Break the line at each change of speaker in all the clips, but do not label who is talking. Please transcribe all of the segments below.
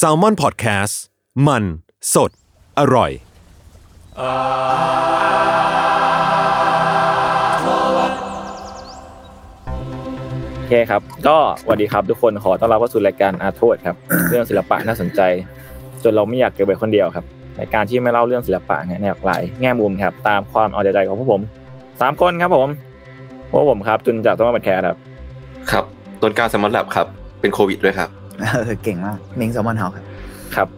s a l m o n PODCAST มันสดอร่อย
โอเคครับ ก็สวัสดีครับทุกคนขอต้อนรับเข้าสู่รายการอาโทษ ครับ เรื่องศิลปะน่าสนใจ จนเราไม่อยากเก็บไว้คนเดียวครับรายการที่ไม่เล่าเรื่องศิลปะเนี่ยในหลากหลายแง่มุมครับตามความเอาใจใจของพวกผมสามคนครับผมพวกผมครับจุนจากต้นมะบัดแคร์ครับ
ครับต้นกล้าแซมมอนแลบครับ เป็นโควิดด้วยครับ
เออ เก่งมากเม้งแซลมอนเฮาส์ครับ
ครับ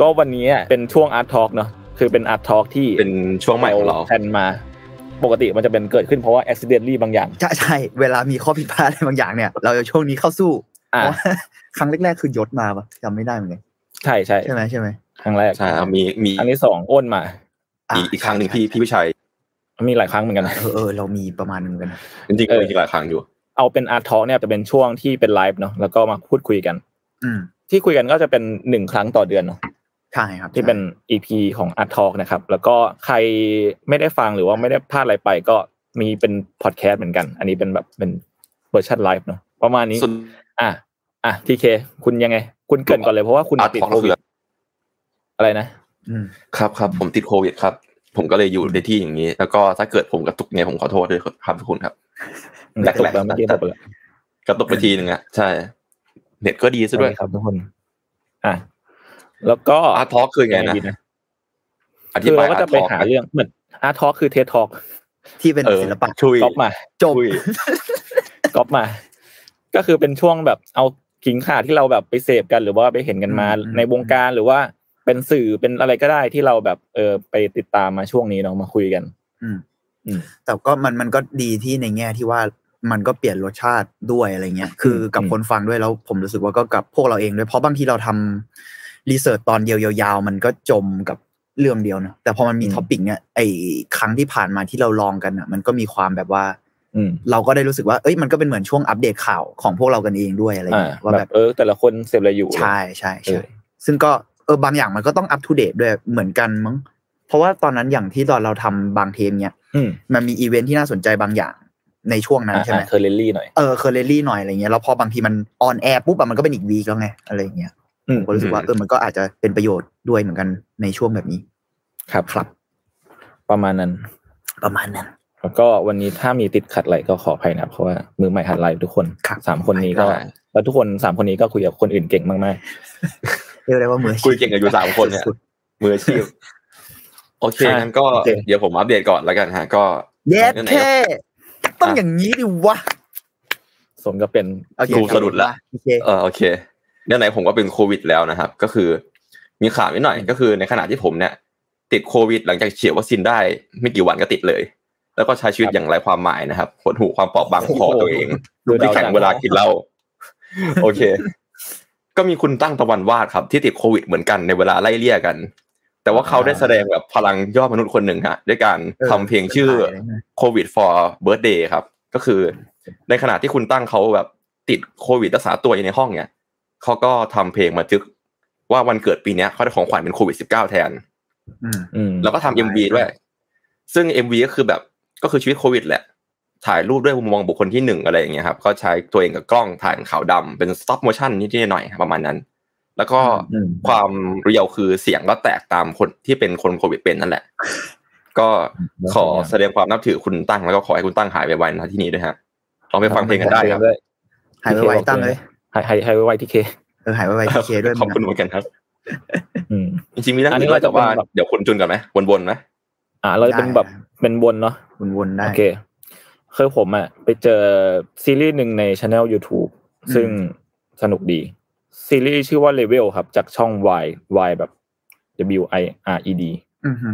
ก็วันนี้เป็นช่วงอาร์ตทอล์กเนาะคือเป็นอาร์ตทอล์กที่
เป็นช่วงใหม่ของเรา
แทนมา ปกติมันจะเป็นเกิดขึ้นเพราะว่าอุบิเหตุบางอย่าง
ใช่ใช่เวลามีข้อผิดพลาดอะไรบางอย่างเนี่ย เราจะช่วงนี้เข้าสู้
อ่า
เพราะว่า ครั้งแรกๆคือยศมาปะจำไม่ได้เหมือนกัน
ใช่ใช่
ใช่ไหมใช่ไหม
ครั้งแรก
ใช่ครับมีมี
อันที่สองอ้นมา
ะ
อีกอีกครั้งหนึ่งพี่พี่วิชัย
มีหลายครั้งเหมือนกันนะ
เออเออเรามีประมาณนึงเหมือนกันนะ
จริงๆ
เอ
ก็
อ
มีอีกหลายครั้งอยู่
เอาเป็นอาร์ทอล์กเนี่ยจะเป็นช่วงที่เป็นไลฟ์เนาะแล้วก็มาพูดคุยกัน
อืม
ที่คุยกันก็จะเป็นหนึ่งครั้งต่อเดือนเนอะ
ใช่ครับ
ที่เป็น EP ของ Art Talk นะครับ แล้วก็ใครไม่ได้ฟังหรือว่าไม่ได้พลาดอะไรไปก็มีเป็นพอดแคสต์เหมือนกัน อันนี้เป็นแบบเป็นเวอร์ชันไลฟ์เนาะประมาณนี้
ส่วน
อ่ะอ่ะทีเคคุณยังไง คุณเกรินก่อนเลยเพราะว่าคุณ
อาร์ต
ติด
ของ
โค
เรา
วิ
คือ
ดอะไรนะ
อืม
ครับครับผมติดโควิดครับ ผมก็เลยอยู่ในที่อย่างนี้ แล้วก็ถ้าเกิดผมกระตุกเนี่ยผมขอโทษด้วยครับทุกคนครับ แหลกๆ
เมื่อกี้ตกไปแล้ว
กระตุกไปทีหนึ่งอะใช่ เน็ตก็ดีซะด้วย
ครับทุกคนอ่ะแล้วก็
อาร์ตทอคือไงนะ
ดี
อธิ
คือเรา
บาย
ก็
อาร์
จะ
ต
ไป
ทอ
หาเรื่องเหมือน Art Talk คือเทสทอล์ก
ที่เป็น
เออ
ศิลปะ
ช่วย
ก๊อปมา
จบ
ช่วย
ก๊อปมา ก็คือเป็นช่วงแบบเอาขิงขาที่เราแบบไปเสพกันหรือว่าไปเห็นกันมาในวงการหรือว่าเป็นสื่อเป็นอะไรก็ได้ที่เราแบบเออไปติดตามมาช่วงนี้เนาะมาคุยกัน
อืม
อืม
แต่ก็มันมันก็ดีที่ในแง่ที่ว่ามันก็เปลี่ยนรสชาติด้วยอะไรเงี้ยคือกับ
อืม
คนฟังด้วยแล้วผมรู้สึกว่าก็กับพวกเราเองด้วยเพราะบางทีเราทำรีเสิร์ชตอนเดียวยาวๆมันก็จมกับเรื่องเดียวนะแต่พอมันมีท็อปิกเนี่ยไอ้ครั้งที่ผ่านมาที่เราลองกันอ่ะ มันก็มีความแบบว่า
อืม
เราก็ได้รู้สึกว่า เอ้ย มันก็เป็นเหมือนช่วงอัปเดตข่าวของพวกเรากันเองด้วยอะไร
อ่า
เงี้ยว่า
แบ
แบบ บ
เออ แต่ละคนเสพอะไรอยู่
ใช่ใช่
เอ
ใช่
อ
ซึ่งก็เออบางอย่างมันก็ต้องอัปทูเดตด้วยเหมือนกันมั้ง เพราะว่าตอนนั้นอย่างที่ตอนเราทำบางเทมเนี่ย
อืม
มันมีอีเวนท์ที่น่าสนใจบางอย่างในช่วงนั้นใช่ไหม
เคอร์เรนลี่า currently หน่อย
เออเคอร์เรลลี่หน่อยอะไรเงี้ยแล้วพอบางทีมันออนแอร์ปุ๊บอะมันก็เป็นอีกวีกแล้วไงอะไรเงี้ย
อืม
ผมก็รู้สึกว่าเออมันก็อาจจะเป็นประโยชน์ด้วยเหมือนกันในช่วงแบบนี้
ครับ
ครับ
ประมาณนั้น
ประมาณนั้น
แล้วก็วันนี้ถ้ามีติดขัดอะไรก็ขออภัยนะครับเพราะว่ามือใหม่หัดไลฟ์ทุกคน
ครับ
สามคนนี้ก็ แล้วทุกคนสามคนนี้ก็คุยกับคนอื่นเก่งมาก
เรียกได้ว่ามืออาชีพ
คุยเก่งกันอยู่สามคนเนี่ย
สุด
มืออาชีพโอเคงั้นก็
โอเค
เดี๋ยวผมอัปเดตก่อนแล้วกันฮะก็
ๆเย็ดแค่ต้องอย่างนี้ดิวะ
ๆสมกับเป็น
กูสะดุดละ
โอเค
เออโอเคเนี่ยไหนผมก็เป็นโควิดแล้วนะครับ ก็คือมีข่าวนิดหน่อยก็คือในขณะที่ผมเนี่ยติดโควิด หลังจากฉีดวัคซีนได้ไม่กี่วันก็ติดเลย แล้วก็ใช้ชีวิตอย่างไรความหมายนะครับหดหูความเปราะบางของคอตัวเอง
ดู
ที่
ดาว
แข็ง
จัง
เวลากินเหล้าโอเค ก็มีคุณตั้งตะวันวาดครับ ที่ติดโควิดเหมือนกันในเวลาไล่เลี่ยกัน แต่ว่าเขาได้แสดงแบบพลังยอดมนุษย์คนหนึ่งฮะด้วยการทำเพลงชื่อ โควิด for birthday ครับ ก็คือในขณะที่คุณตั้งเขาแบบติดโควิดรักษาตัวอยู่ในห้องเนี่ยเขาก็ทำเพลงบันทึกว่าวันเกิดปีเนี้ยเขาได้ของขวัญเป็นโควิด 19 แทน
อืม
อืม
แล้วก็ทำ MV ด้วย ซึ่ง MV ก็คือแบบก็คือชีวิตโควิดแหละ ถ่ายรูปด้วยมุมมองบุคคลที่หนึ่งอะไรอย่างเงี้ยครับ ก็ใช้ตัวเองกับกล้องถ่ายขาวดำเป็น stop motion นิดๆหน่อยๆประมาณนั้น แล้วก็
อืม
ความเรียวคือเสียงก็แตกตามคนที่เป็นคนโควิดเป็นนั่นแหละ ก็ขอแสดงความนับถือคุณตั้งแล้วก็ขอให้คุณตั้งหายไวๆนะที่นี้ด้วยฮะลองไปฟังเพลงกันได้ครับ
หายไปไวตั้งเลย
หายหายหายไวๆที่เค
เออหายไปไวทีเคด้วย
ขอบคุณเหมือนกันครับ
อืม
จริงๆมีเรื่อง
อันนี้
อื่นด้วยแต่ว่า
เราจะเป็นแบบ
เดี๋ยวคุณจุนกันไหมวนๆไหม
อ่าเราจะเป็นแบบเป็นวนเนาะ
วนวนๆได้
โอเคคือผมอ่ะไปเจอซีรีส์หนึ่งในช anel YouTube
อืม
ซึ่งสนุกดี ซีรีส์ชื่อว่า Level ครับ จากช่อง Y Y แบบ W I R E D
อือฮึ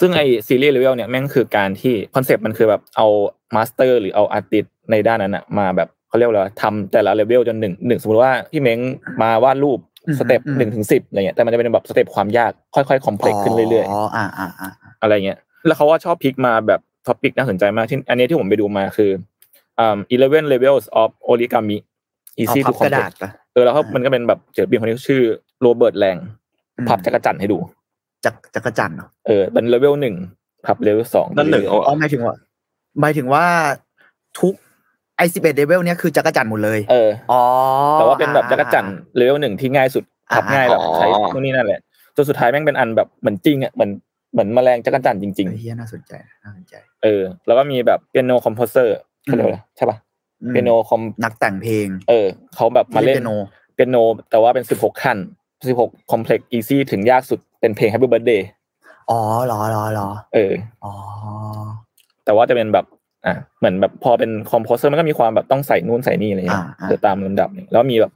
ซึ่งไอซีรีส์ Level เนี่ยแม่งคือการที่คอนเซปต์มันคือแบบเอามาสเตอร์หรือเอาอาร์ติสในด้านนั้นอะมาแบบ เขาเรียกว่าอะไรวะทำแต่ละเลเวลจนหนึ่งหนึ่งสมมติว่าพี่เม้งมาวาดรูป
อืม
สเต็ป
อืม
หนึ่งถึงสิบอะไรเงี้ยแต่มันจะเป็นแบบสเต็ปความยากค่อยๆคอมเพล็กขึ้นเรื่อย
อ๋ออ่าอ่าอ่า
ๆอะไรเงี้ยแล้วเขาว่าชอบพลิกมาแบบท็อปิกน่าสนใจมากที่อันนี้ที่ผมไปดูมาคืออ่า eleven levels of origami
เอา
easy
พั
to
บกระดาษ
complex
ปะ
เออแล้วเขา
อ่ามั
มันก็เป็นแบบศิลปินคนนี้ชื่อโรเบิร์ตแรง
อืม
พับจักรจันทร์ให้ดู
จักจักรจันทร์เนาะ
เออเป็นเลเวลหนึ่งพับเลเวลสอง
นั่นหนึ่ง
เรื่อย
เอา
อ๋อหมายถึงว่าหมายถึงว่าทุกไอสิบเอ็ดเลเวลเนี่ยคือจักรจันทร์หมดเลย
ๆเออ
อ๋อ
แต่ว่าเป็นแบบ
อ่
จักรจันทร์เลเวลหนึ่งที่ง่ายสุดขับง่ายแบบใช้นู่นนี่นั่นแหละจนสุดท้ายแม่งเป็นอันแบบเหมือนจริงอ่ะเหมือนเหมือนแมลงจักรจันทร์จริง
เออเฮียน่าสนใจน่าสนใจ
ๆ เออ แล้วก็มีแบบเปียโนคอมโพเซอร์
อืม
เขาเรียกว่าอะไรใช่ป่ะ
อืม
เปียโนคอม
นักแต่งเพลง
เออเขาแบบมาเล่น
ปียโน
เปียโน แต่ว่าเป็นสิบหกขั้นสิบหกคอมเพล็กซ์อีซี่ถึงยากสุดเป็นเพลง Happy Birthday
อ๋อเหรอเหรอเหรอ
เออ
อ๋อ
แต่ว่าจะเป็นแบบอ่ะเหมือนแบบพอเป็นคอมโพเซอร์มันก็มีความแบบต้องใส่นู่นใส่นี่อะไรอย่างเงี้ย
อ่าอ่า
เดี๋ยวตามลำดับนี่แล้วมีแบบ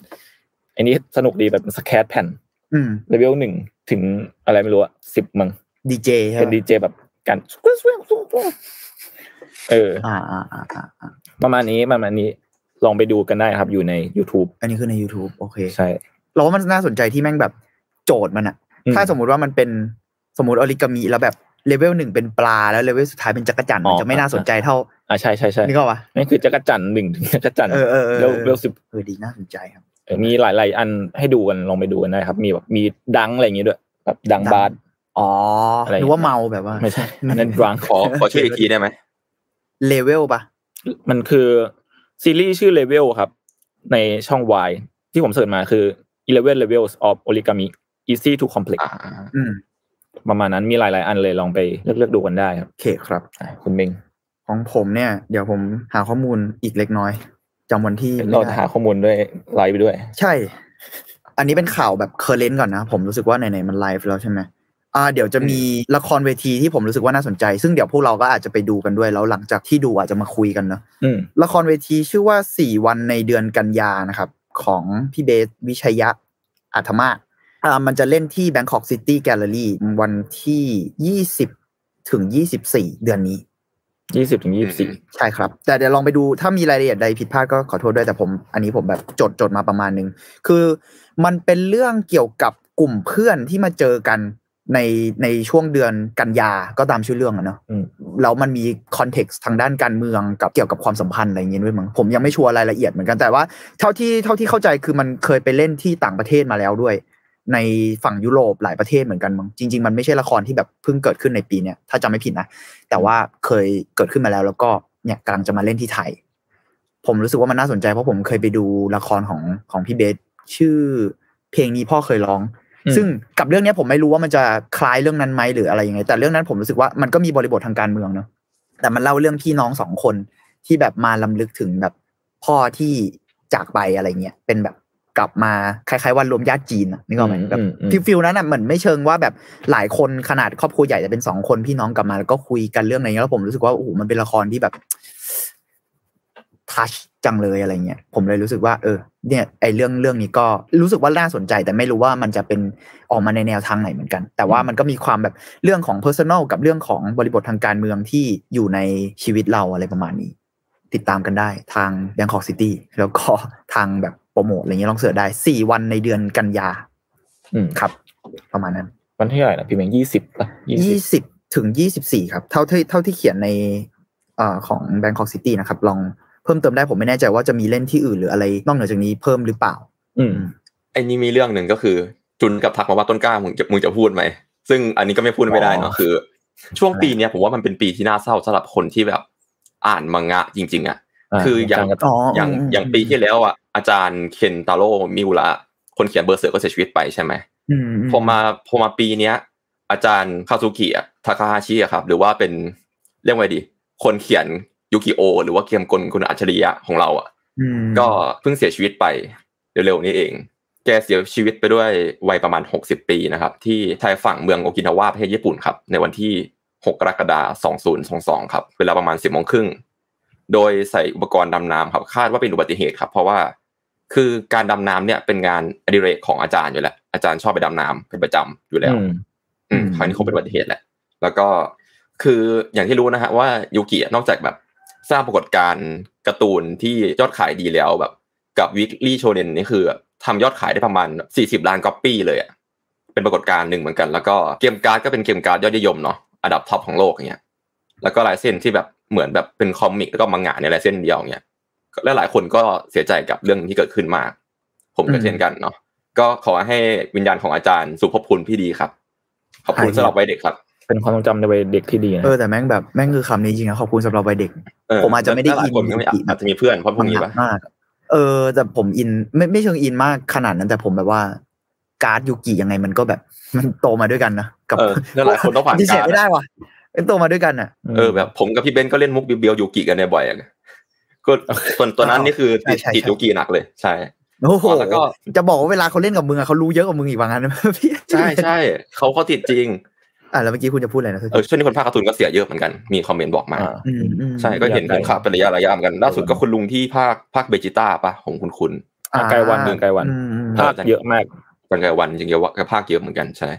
อันนี้สนุกดีแบบเป็นสแคตแผ่น
อืม
เลเวลหนึ่งถึงอะไรไม่รู้อะสิบมั้ง
ดีเจใช่
เป็น
ไหม
ดีเจแบบกันเออ
อ่าอ่าอ่าอ่าอ่า
ประมาณนี้ประมาณนี้ลองไปดูกันได้ครับอยู่ใน YouTube
อันนี้คือใน YouTube โอเค
ใช่
เราว่ามันน่าสนใจที่แม่งแบบโจทย์มันอะ
อื
ถ้าสมมุติว่ามันเป็นสมมติออริกามิแล้วแบบเลเวลหนึ่งเป็นปลาแล้วเลเวลสุดท้ายเป็นจักรจันทร์มันจะไม่น่าสนใจเท่า
อ่าใช่ใช่ใช่
นี่ก็วะ
นี่คือจักรจันทร์หนึ่งถึงจักรจันทร์
เออเออเอ
เว
อ
ลเวลสิบ
เออดีน่าสนใจครับ
เออมีหลายหลายๆอันให้ดูกันลองไปดูกันได้ครับ มีแบบมีดังอะไรอย่างงี้ด้วยแบบดังบาร์
อ๋อ
อะไร
หรือว่าเมาแบบว่า
ไม่ ใช่อันนั้นดัง
ขอ ขอชื่ออีกทีได้ไหม
เลเวลปะ
มันคือซีรีส์ชื่อเลเวลครับ ในช่อง Y ที่ผมเสิร์ชมาคือ11 levels of origami easy to complex
อ่า
อืม
ประมาณนั้นมีหลายๆ อันเลยลองไปเลือกเลือกๆดูกันได้ครับ
โอเคครับ
อ่ะคุณเมง
ของผมเนี่ย เดี๋ยวผมหาข้อมูลอีกเล็กน้อยจำวันที่ไม่
เรา
ได้
หาข้อมูลด้วยไลฟ์ไปด้วย
ใช่ อันนี้เป็นข่าวแบบเคอร์เรนต์ก่อนนะ ผมรู้สึกว่าไหนๆมันไลฟ์แล้วใช่ไหมอ่า เดี๋ยวจะมีละครเวทีที่ผมรู้สึกว่าน่าสนใจ ซึ่งเดี๋ยวพวกเราก็อาจจะไปดูกันด้วย แล้วหลังจากที่ดูอาจจะมาคุยกันเนาะ
อืม
ละครเวทีชื่อว่า 4 วันในเดือนกันยานะครับ ของพี่เบสวิชัยะอัธมาศอ่า มันจะเล่นที่ Bangkok City Gallery วันที่ 20 ถึง 24 เดือนนี้
ยี่สิบถึงยี่สิบสี่
ใช่ครับ แต่เดี๋ยวลองไปดูถ้ามีรายละเอียดใดผิดพลาดก็ขอโทษด้วยแต่ผม อันนี้ผมแบบจดจดมาประมาณนึง คือมันเป็นเรื่องเกี่ยวกับกลุ่มเพื่อนที่มาเจอกันในในช่วงเดือนกันยาก็ตามชื่อเรื่องอะเนาะแล้วมันมีคอนเท็กซ์ทางด้านการเมืองกับเกี่ยวกับความสัมพันธ์อะไรอย่างเงี้ยด้วยมั้งผมยังไม่ชัวร์รายละเอียดเหมือนกันแต่ว่าเท่าที่เท่าที่เข้าใจคือมันเคยไปเล่นที่ต่างประเทศมาแล้วด้วย ในฝั่งยุโรปหลายประเทศเหมือนกันมั้งจริง ๆ มันไม่ใช่ละครที่แบบเพิ่งเกิดขึ้นในปีเนี้ยถ้าจำไม่ผิดนะ แต่ว่าเคยเกิดขึ้นมาแล้วแล้วก็เนี่ยกำลังจะมาเล่นที่ไทย ผมรู้สึกว่ามันน่าสนใจเพราะผมเคยไปดูละครของของพี่เบสชื่อเพลงนี้พ่อเคยร้อง ซึ่งกับเรื่องเนี้ยผมไม่รู้ว่ามันจะคล้ายเรื่องนั้นไหมหรืออะไรยังไง แต่เรื่องนั้นผมรู้สึกว่ามันก็มีบริบททางการเมืองเนาะแต่มันเล่าเรื่องพี่น้องสองคนที่แบบมาลํลึกถึงแบบพ่อที่จากไปอะไรเงี้ยเป็นแบบกลับมาคล้ายๆวันรวมญาติจีนอะนึกออกไหมแบบ
อืมอืม
ฟิลฟิลนั้นอ่ะเหมือนไม่เชิงว่าแบบหลายคนขนาดครอบครัวใหญ่จะเป็นสองคนพี่น้องกลับมาแล้วก็คุยกันเรื่องอะไรเงี้ยแล้วผมรู้สึกว่าโอ้โหมันเป็นละครที่แบบทัชจังเลยอะไรเงี้ยผมเลยรู้สึกว่าเออ เนี่ยไอเรื่องเรื่องนี้ก็รู้สึกว่าน่าสนใจ แต่ไม่รู้ว่ามันจะเป็นออกมาในแนวทางไหนเหมือนกัน แต่ว่ามันก็มีความแบบเรื่องของ personal กับเรื่องของบริบททางการเมืองที่อยู่ในชีวิตเราอะไรประมาณนี้ ติดตามกันได้ทาง Bangkok City แล้วก็ ทางแบบโปรโมทอะไรเงี้ยลองเสิร์ชได้สี่วันในเดือนกันยา
อืม
ครับ ประมาณนั้น
วันที่เท่าไหร่นะพี่เมงยี่สิบป่ะยี่สิ
ยี่
บ
สิบถึงยี่สิบสี่ครับ เท่าที่เท่าที่เขียนในเอ่อของ Bangkok City นะครับ ลองเพิ่มเติมได้ผมไม่แน่ใจว่าจะมีเล่นที่อื่นหรืออะไร นอกเหนือจากนี้เพิ่มหรือเปล่า
อืม
ไอ้นี่มีเรื่องหนึ่งก็คือ จุนกับทักมาว่าต้นกล้ามึงจะมึงจะพูดไหม ซึ่งอันนี้ก็ไม่พูดไม่ได้เนาะคือ ช่วงปีเนี้ยผมว่ามันเป็นปีที่น่าเศร้าสำหรับคนที่แบบอ่านมังงะจริง ๆอ่ะ คืออย่าง
จักรจันทร์
อ๋อ
อ
อย่าง
อย่างปีที่แล้วอ่ะอาจารย์เคนตาโร่มิวระคนเขียนเบอร์เสือก็เสียชีวิตไปใช่ไหม
อืม
พอมาพอมาปีเนี้ย อาจารย์คาซูกิอะทาคาฮาชิอะครับ หรือว่าเป็นเรียกว่าไงดี คนเขียนยูกิโอ หรือว่าเกมกลคุณอัจฉริยะของเราอะ
อืม
ก็เพิ่งเสียชีวิตไปเร็วๆนี้เอง แกเสียชีวิตไปด้วยวัยประมาณ 60 ปีนะครับ ที่ชายฝั่งเมืองโอกินาวาประเทศญี่ปุ่นครับ ในวันที่ 6 กรกฎาคม 2022 ครับเวลาประมาณ 10โมงครึ่งโดยใส่อุปกรณ์ดำน้ำครับคาดว่าเป็นอุบัติเหตุครับ เพราะว่า คือการดำน้ำเนี่ยเป็นงานอดิเรกของอาจารย์อยู่แล้ว อาจารย์ชอบไปดำน้ำเป็นประจำอยู่แล้ว
อืม
อืมคราวนี้คงเป็นอุบัติเหตุแหละ แล้วก็คืออย่างที่รู้นะฮะว่ายูกิอะนอกจากแบบสร้างปรากฏการณ์ การ์ตูนที่ยอดขายดีแล้วแบบ กับวิกลี่โชเนนนี่คือทำยอดขายได้ประมาณ 40 ล้านก๊อปปี้เลยอะเป็นปรากฏการณ์หนึ่งเหมือนกัน แล้วก็เกมการ์ดก็เป็นเกมการ์ดยอดนิยมเนาะอันดับท็อปของโลกอย่างเงี้ยแล้วก็ลายเส้นที่แบบเหมือนแบบเป็นคอมิกแล้วก็มังงะในลายเส้นเดียวอย่างเงี้ยและหลายคนก็เสียใจกับเรื่องที่เกิดขึ้นมาก ผมก็
อืม
เช่นกันเนาะก็ขอให้วิญญาณของอาจารย์สุภพพลพี่ดีครับ ขอบคุณสำหรับไว้เด็กครับ
เป็นความทรงจำในวัยเด็กที่ดีนะ
เออแต่แม่งแบบแม่งคือคำนี้จริงนะขอบคุณสำหรับวัยเด็ก
เ
ผมอาจจะไม่ได้
หลายคนก็ไม่
อิน
อาจจะมีเพื่อนเพราะพวกนี้ปะ
หมากเออแต่ผมอินไม่ไม่เชิงอินมากขนาดนั้นแต่ผมแบบว่า การ์ดยูกิยังไงมันก็แบบ มันโตมาด้วยกันนะกั
เออแล้วหลายคนต้องผ่าน
ปฏิเสธ
การ์ด
ไม่ได้ว่ะมันโตมาด้วยกันอ่ะ
เออแบบผมกับพี่เบนก็เล่นมุกบิวเบียวยูกิกันเนี่ยบ่อยอะก็ส่วนตัวนั้นนี่คือ
ใช่
ติด
ใช่ใช่
ติดยูกิหนักเลย ใช่
โอ้โห
แล้วก็
จะบอกว่าเวลาเขาเล่นกับมึงอะเขารู้เยอะกว่ามึงอีกบางอันนะ พี่
ใช่ใช่เขาเขาติดจริง
อ่ะแล้วเมื่อกี้คุณจะพูดอะไรนะ
เออช่วงนี้คนภาคการ์ตูนก็เสียเยอะเหมือนกันมีคอมเมนต์บอกมา
อ่า
มอืม
ใช่ก็เห็นคนขาดเป็นระยะระยะเหมือนกันล่าสุดก็คุณลุงที่ภาคภาคเบจิต้าปะผมคุณคุณ
อ่า
ไกลวันเมืองไกลวัน
อืมอืม
ครั
ภา
บ
คเยอะมาก
กันไกลวันจริงๆเยอะก็ภาคเยอะเหมือนกันใช่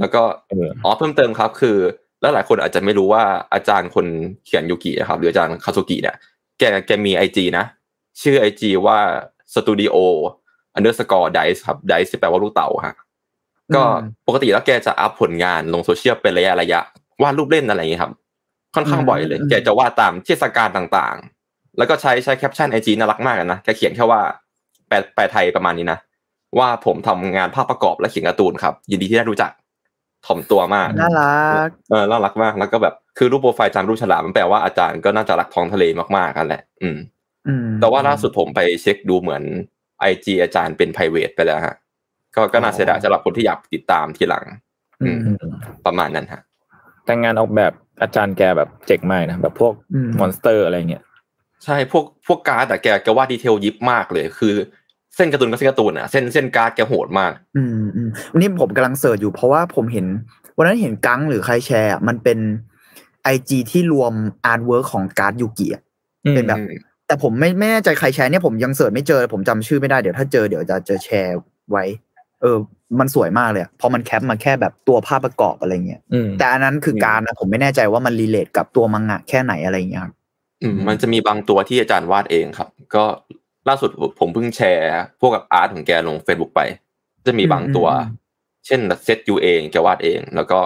แล้วก็
เออ
อ๋อเพิ่มเติมครับคือ แล้วหลายคนอาจจะไม่รู้ว่าอาจารย์คนเขียนยูกินะครับหรืออาจารย์คาซุกิเนี่ยแกแกมีไอจีนะ ชื่อไอจีว่า Studio Underscore Dice ครับ Dice แปลว่าลูกเต่าฮะก็
อืม
ปกติแล้วแกจะอัพผลงานลงโซเชียลเป็นระยะระยะวาดรูปเล่นอะไรอย่างเงี้ยครับ ค่อนข้างบ่อยเลย
อืม
แกจะวาดตามเทศกาลต่างๆ แล้วก็ใช้ใช้แคปชั่นไอจีน่ารักมากอะนะแกเขียนแค่ว่าแปลแปลไทยประมาณนี้นะ ว่าผมทำงานภาพประกอบและเขียนการ์ตูนครับ ยินดีที่ได้รู้จักถ่อมตัวมาก
น่ารัก
เออน่ารักมากแล้วก็แบบคือรูปโปรไฟล์อาจารย์รูปฉลามมันแปลว่าอาจารย์ก็น่าจะรักท้องทะเลมากๆกันแหละอืม
อืม
แต่ว่าล่าสุดผมไปเช็คดูเหมือนไอจีอาจารย์เป็น p r i v a t ไปแล้วฮะ ก็ก็น่าเสียดายสำหรับคนที่อยากติดตามทีหลัง อืม ประมาณนั้นฮะ
แต่งานออกแบบอาจารย์แกแบบเจ๋งมากนะแบบพวก
อืม
มอนสเตอร์อะไรเงี้ย
ใช่พวกพวกการ์ดแต่แกแกวาดดีเทลยิบมากเลย คือเส้นการ์ตูนก็เส้นการ์ตูนอ่ะเส้นเส้นการ์ดแกโหดมาก
อืมอืมวันนี้ผมกำลังเสิร์ชอยู่เพราะว่าผมเห็น วันนั้นเห็นกังหรือใครแชร์อะมันเป็นไอจที่รวมอาร์ตเวิร์ของการ์ดยูกิอะเป็นแบบ
อืม
แต่ผมไม่ไม่แน่ใจใครแชร์เนี่ยผมยังเสิร์ชไม่เจอ ผมจำชื่อไม่ได้เดี๋ยวถ้าเจอเดี๋ยวจะจะแชร์ไว้ เออ มันสวยมากเลยอะเพราะมันแคปมาแค่แบบตัวภาพประกอบอะไรเงี้ย
อืม
แต่อันนั้นคือการดนะผมไม่แน่ใจว่ามันรีเลทกับตัวมังงะแค่ไหนอะไรเงี้ยครับ
อืมมันจะมีบางตัวที่อาจารย์วาดเองครับ ก็ล่าสุดผมผมเพิ่งแชร์พวกกับอาร์ตของแกลง Facebook ไป จะมีบางตัว เช่นเซตยูเองแกวาดเอง แล้วก็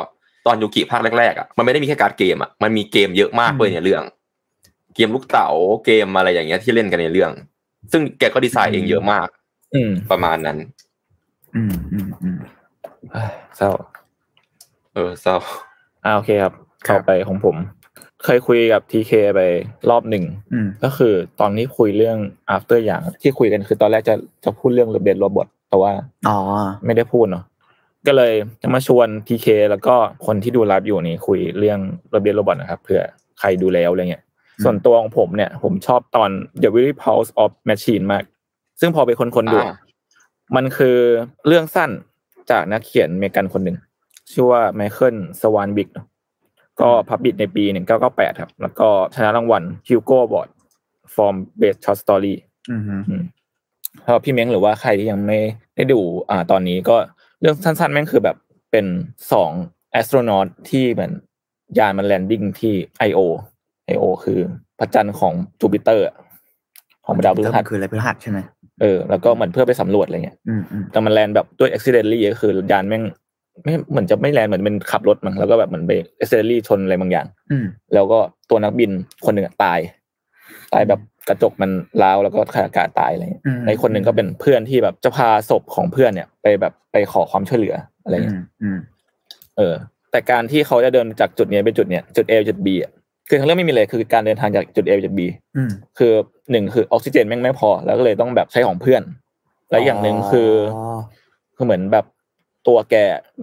ตอนยูกิภาคแรกๆอ่ะมันไม่ได้มีแค่การ์ดเกมอ่ะมันมีเกมเยอะมากเลยในเรื่อง เกมลูกเต๋าเกมอะไรอย่างเงี้ยที่เล่นกันในเรื่อง ซึ่งแกก็ดีไซน์เองเยอะมาก
อืม
ประมาณนั้น
อืมอืมอืม
เอ้ยเศร้า
เออเศร้า
อ่าโอเคครับ
ครับ
ต่อไปของผม เคยคุยกับทีเคไปรอบหนึ่ง
อืม
ก็คือตอนนี้คุยเรื่อง after อย่างที่คุยกันคือตอนแรกจะจะพูดเรื่องเดนโรบอทแต่ว่า
อ๋อ
ไม่ได้พูดเนาะก็เลยจะมาชวนทีเคแล้วก็คนที่ดูไลฟ์อยู่นี่คุยเรื่องระเบียนโรบอทนะครับเผื่อใครดูแล้วอะไรเงี้ย
อืม
ส่วนตัวของผมเนี่ย ผมชอบตอน The Very Pulse of Machine มาก ซึ่งพอไปคนคนๆดู
อ่า
มันคือเรื่องสั้นจากนักเขียนอเมริกันคนหนึ่ง ชื่อว่าไมเคิลสวานบิก ก็พับบิดในปี 1998 ครับ แล้วก็ชนะรางวัลฮิวโก้บอร์ดฟอร์มเบสช็อตสตอรี่
อืมฮึ
ถ้าพี่เม้งหรือว่าใครที่ยังไม่ได้ดูอ่าตอนนี้ก็เรื่องสั้นๆ แม่งคือแบบเป็นสองแอสโตรนอตที่เหมือนยานมันแลนดิ้งที่ I.O. I.O. คือพระจันทร์ของจูปิเตอร์อะของดาวพฤหัส
คืออะไรพฤหัสใช่ไหม
เออแล้วก็เหมือนเพื่อไปสำรวจอะไรเงี้ย
อืมอืม
แต่มันแลนแบบด้วย accidentally ก็คือยานแม่งไม่เหมือนจะไม่แลนเหมือนเป็นขับรถมั้งแล้วก็แบบเหมือนไป accidentally ชนอะไรบางอย่าง
อืม
แล้วก็ตัวนักบินคนหนึ่งอะตาย ตายแบบกระจกมันร้าวแล้วก็ขาดอากาศตายอะไรเงี้ย
อืม
ในคนหนึ่งก็เป็นเพื่อนที่แบบจะพาศพของเพื่อนเนี่ย ไปแบบไปขอความช่วยเหลืออะไร
อื
เงี้ย
มอืม
เออ แต่การที่เขาจะเดินจากจุดเนี้ยไปจุดเนี้ยจุด A ไปจุด B อ่ะคือทั้งเรื่องไม่มีเลยคือการเดินทางจากจุด A ไปจุด B
อืม
คือหนึ่งคือออกซิเจนแม่งไม่พอ แล้วก็เลยต้องแบบใช้ของเพื่อน และอย่างหนึ่งคืออ
อ
คือเหมือนแบบตัวแก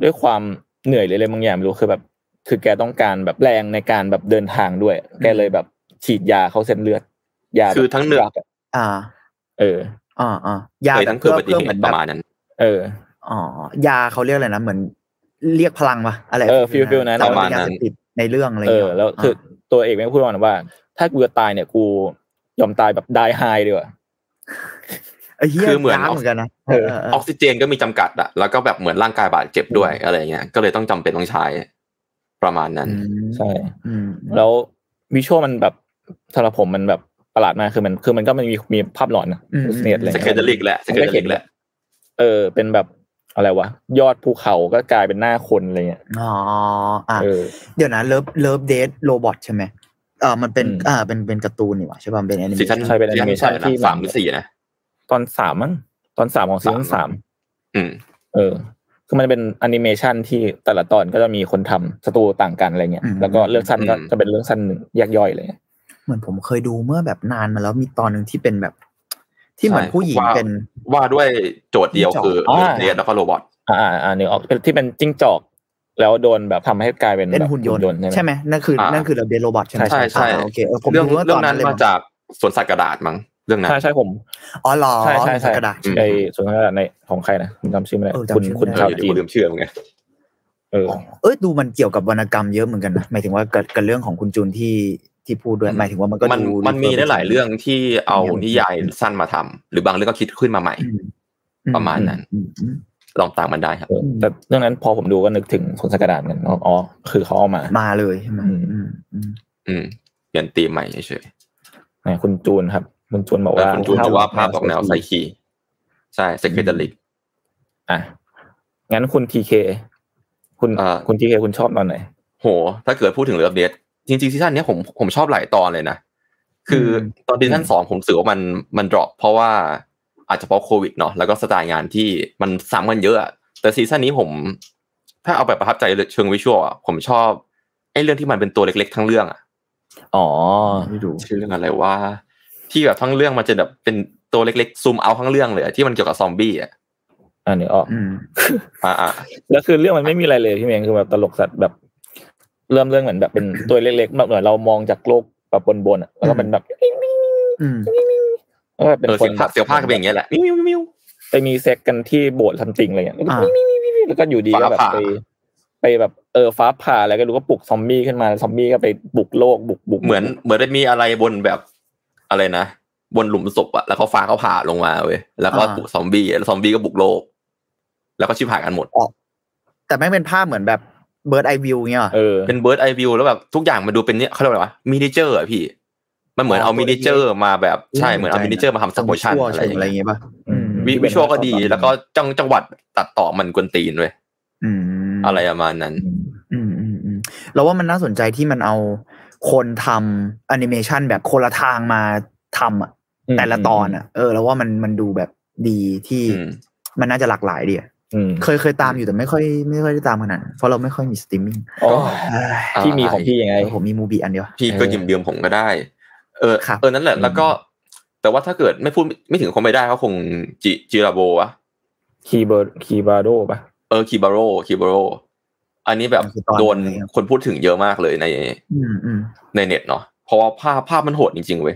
ด้วยความเหนื่อยหรืออะไรบางอย่างไม่รู้คือแบบ คือแกต้องการแบบแรงในการแบบเดินทางด้วย แกเลยแบบฉีดยาเข้าเส้นเลือด ยาแบบ
คือทั้งเหนื่อย
แบบ
อ่า
เออ
อ่าอ่ายา
เลย
แบ
ทั้
บ
งเกิดอุบัติเห
หมือ
ตุป
นแบ
ระ
บ
มาณนั้น
เออ
อ๋อยาเขาเรียกอะไรนะเหมือนเรียกพลังปะอะไร
เออ feel นั้น
แต่
ประมาณ
เป็นย
นั้น
เสพติดในเรื่องอะไร
เอ
เงี้
อย แล้วคือตัวเอกแม่งพูดประมาณว่า ถ้ากูจะตายเนี่ยกูยอมตายแบบได้ไฮดีกว่า
เออเฮีย
คื
คือ อ
เห
เห
มื
มื
อ
อน นเหมือนกันนะ
เออ
เเ
ออกซิเจนก็มีจำกัดอะแล้วก็แบบเหมือนร่างกายบาดเจ็บด้วยอะไรอย่างเงี้ยก็เลยต้องจำเป็นต้องใช้ประมาณนั้น
อืม
ใช่
อืม
แล้ววิชวลมันแบบสำหรับผมมันแบบ ประหลาดมากคือมันคือมันก็มันมีมีภาพหลอนนะ
อืม
เนตอะไร
ส
เงี้ย
เกจลิกแหละสเกจลิกแหละ
เออ เป็นแบบอะไรวะยอดภูเขาก็กลายเป็นหน้าคนอะไรเงี้ย
อ๋ออ่ะ
เออ
เดี๋ยวนะเลิฟเลิฟเดทโรบอทใช่ไหมเออมันเป็น
อืม
อ่าเป็นเป็นการ์ตูนนี่หว่าใช่ป่ะเป็นแอนิเม
ซี
ชั
ซั่น
น
ใช่เป็นแอนิเมชั่น
ซี
ที่
ที่
แบบ
สามหรือสี่นะ
ตอนสามมั้งตอนสามของซีซั่น
สา
สาม ม
อืม
เออ คือมันเป็นแอนิเมชันที่แต่ละตอนก็จะมีคนทำสตูต่างกันอะไรเงี้ย แล้วก็เรื่องสั้นก็
อืม
จะเป็นเรื่องสั้นหนึ่งแยกย่อยเลย
เหมือนผมเคยดูเมื่อแบบนานมาแล้วมีตอนหนึ่งที่เป็นแบบ ที่เหมือน
ใช่
ผู้หญิง
ว่า
เป็น
ว่าด้วยโจทย์เดียวคือ
อ่า
เรียนแล้วก็โรบอท
อ่าอ่าอ่านึกออกเป็นที่เป็นจิ้งจอก แล้วโดนแบบทำให้กลายเป็น
เป็น
แบบ
หุ่นยนต์ใช่
ใช่ไหม
ไหมนั่นคือ
อ่านั่
นั่นคือเลิฟเดทโรบอทใช่ไหม
ใช่ใช่
อ่าโอเคเออผม
เรื่อง
รู้ว่า
เรื่
ต
อ
อน
งนั้น
เลย
มาจากสวนสัตว์กระดาษมั้งเรื่องนั้
ใช่
น
ใช่ผม
อ๋อเหรอ
ใช่ใช่ใช่
กระดาษ
ไอส่วนกระดาษในของใครนะผมจำชื่อไม่ได้
เออจำ
คุณ
ชื่อไม่ได้
คุณชาวจี
เออเดี๋ยวกู
น
ลืมชื่อมึงไง
เออ
เอ้ยดูมันเกี่ยวกับวรรณกรรมเยอะเหมือนกันนะหมายถึงว่ากับกับเรื่องของคุณจูนที่ที่พูดด้วยหมายถึงว่ามันก็
มัน
ดู
มันมีได้หลายเรื่องที่เอานิยายสั้นมาทำหรือบางเรื่องก็คิดขึ้นมาใหม่
อืม
ประมาณนั้น
อืมอืม
ลองตามมันได้ครับ
เออ แต่เรื่องนั้นพอผมดูก็นึกถึงสวนสัตว์กระดาษเหมือนกันอ๋ออ๋อคือเขาเอามา
มาเลยใช่ไหม
อืม
อืมอืม
อืมเปลี่ยนธีมใหม่เฉย
ไหนคุณจูนครับ คุณจูนบอ
ๆ
ก
แล้ว
ว่า
คุณจูนบอกว่าภาพออกแนวไซคีใช่เซกเกตลิก
อ่ะงั้นคุณทีเคคุณ
อ่า
คุณทีเคคุณชอบตอนไหน
โห ถ้าเกิดพูดถึงเลิฟเดทจริงๆซีซั่นเนี้ยผมผมชอบหลายตอนเลยนะ คืออ
ม
ตอนซีซั่นสองผมรู้สึกว่ามันมันดรอปเพราะว่าอาจจะเพราะโควิดเนาะแล้วก็สไตล์งานที่มันซ้ำกันเยอะอะแต่ซีซั่นนี้ผม ถ้าเอาแบบประทับใจเชิงวิชวลอะผมชอบไอ้เรื่องที่มันเป็นตัวเล็กๆ ทั้งเรื่องอะ
อ๋อ
ไม่ดู
ชื่อเรื่องอะไรว่า ที่แบบทั้งเรื่องมันจะแบบเป็นตัวเล็กๆซูมเอาทั้งเรื่องเลยอะที่มันเกี่ยวกับซอมบี้อะ
อ่านึกออก
อืม
อ่าอ่า
แล้วคือเรื่องมันไม่มีอะไรเลยพี่เมงคือแบบตลกสัตว์แบบ เริ่มเรื่องเหมือนแบบเป็น ตัวเล็กๆแบบเหมือนเรามองจากโลกแบบบนๆอ่ะแล้วก็เป็นแบบ
อืม
แล้วก็เป็น
เออ
ค
เสี
น
ยงภาคเสียงภาคก็เป็นอย่างเงี้ยแหละมิวมิวมิว
ไปมีเซ็กกันที่โบสถ์ทัมติงอะไรอย่างเงี้ย
อ่า
แล้วก็อยู่ดีก็แบบ
ฟ้าผ่า
ไปไปแบบเออฟ้าผ่าอะไรก็รู้ก็ปลุกซอมบี้ขึ้นมาซอมบี้ก็ไปบุกโลกบุกบุก
เหมือนเหมือนได้มีอะไรบนแบบอะไรนะ บนหลุมศพอะแล้วก็ฟ้าเขาผ่าลงมาเว้ยแล้วก็
อ่า
บุกซอมบี้แล้วซอมบี้ก็บุกโลก แล้วก็ชิบหายกันหมด
แต่แม่งเป็นภาพเหมือนแบบเบิร์ดไอวิวเงี้ยเหรอ
เออ
เป็นเบิร์ดไอวิวแล้วแบบทุกอย่างมันดูเป็นเนี่ยเขาเรียกว่าอะไรวะมินิเจอร์อะพี่ มันเหมือน
อ๋อ
เอา
ตัว
มินิเจอร์มาแบบใช่
น่าส
เห
นใจ
มือนเอามินิเจอร์มาทำสโมชั่น
ชั่ว
อะไรอง
เชิ
ย่าง
อะไร
เงี้ย
เงี้ยป่ะ
อืม
วิ
ที่เป็น
วิชวลก็ดี
ภาพตอน
แล้วก็จังจังหวัดตัดต่อมันกวนตีนเว้ย
อืม
อะไรประมาณนั้น
อืมอืมอืมเราว่ามันน่าสนใจที่มันเอาคนทำแอนิเมชันแบบคนละทางมาทำอะแต่ละตอนอ่ะ เออเราว่ามันมันดูแบบดีที่
อืม
มันน่าจะหลากหลายดีอะ
อืม
เคยเคยตามอยู่แต่ไม่ค่อยไม่ค่อยได้ตามขนาดนั้นเพราะเราไม่ค่อยมีสตรีมมิ่ง
อ๋อ
เอ้ย
ที่มีของพี่ยังไง
ผมมีมูบีอันเดียว
พี่ก็ยืมยืมผมก็ได้ เออ
ครับ
เออ นั่นแหละ แล้วก็ แต่ว่าถ้าเกิดไม่พูดไม่ถึงคงไม่ได้ก็คงจิจิราโบวะ
คีเบอร์คีบาโดป่ะ
เออ คิบาโร่คิบาโร่อันนี้แบบ
คือตอน
โดน
ไหนครับ
คนพูดถึงเยอะมากเลยใน
อืมอืม
ในเน็ตเนาะ เพราะว่าภาพภาพมันโหดจริงๆเว้ย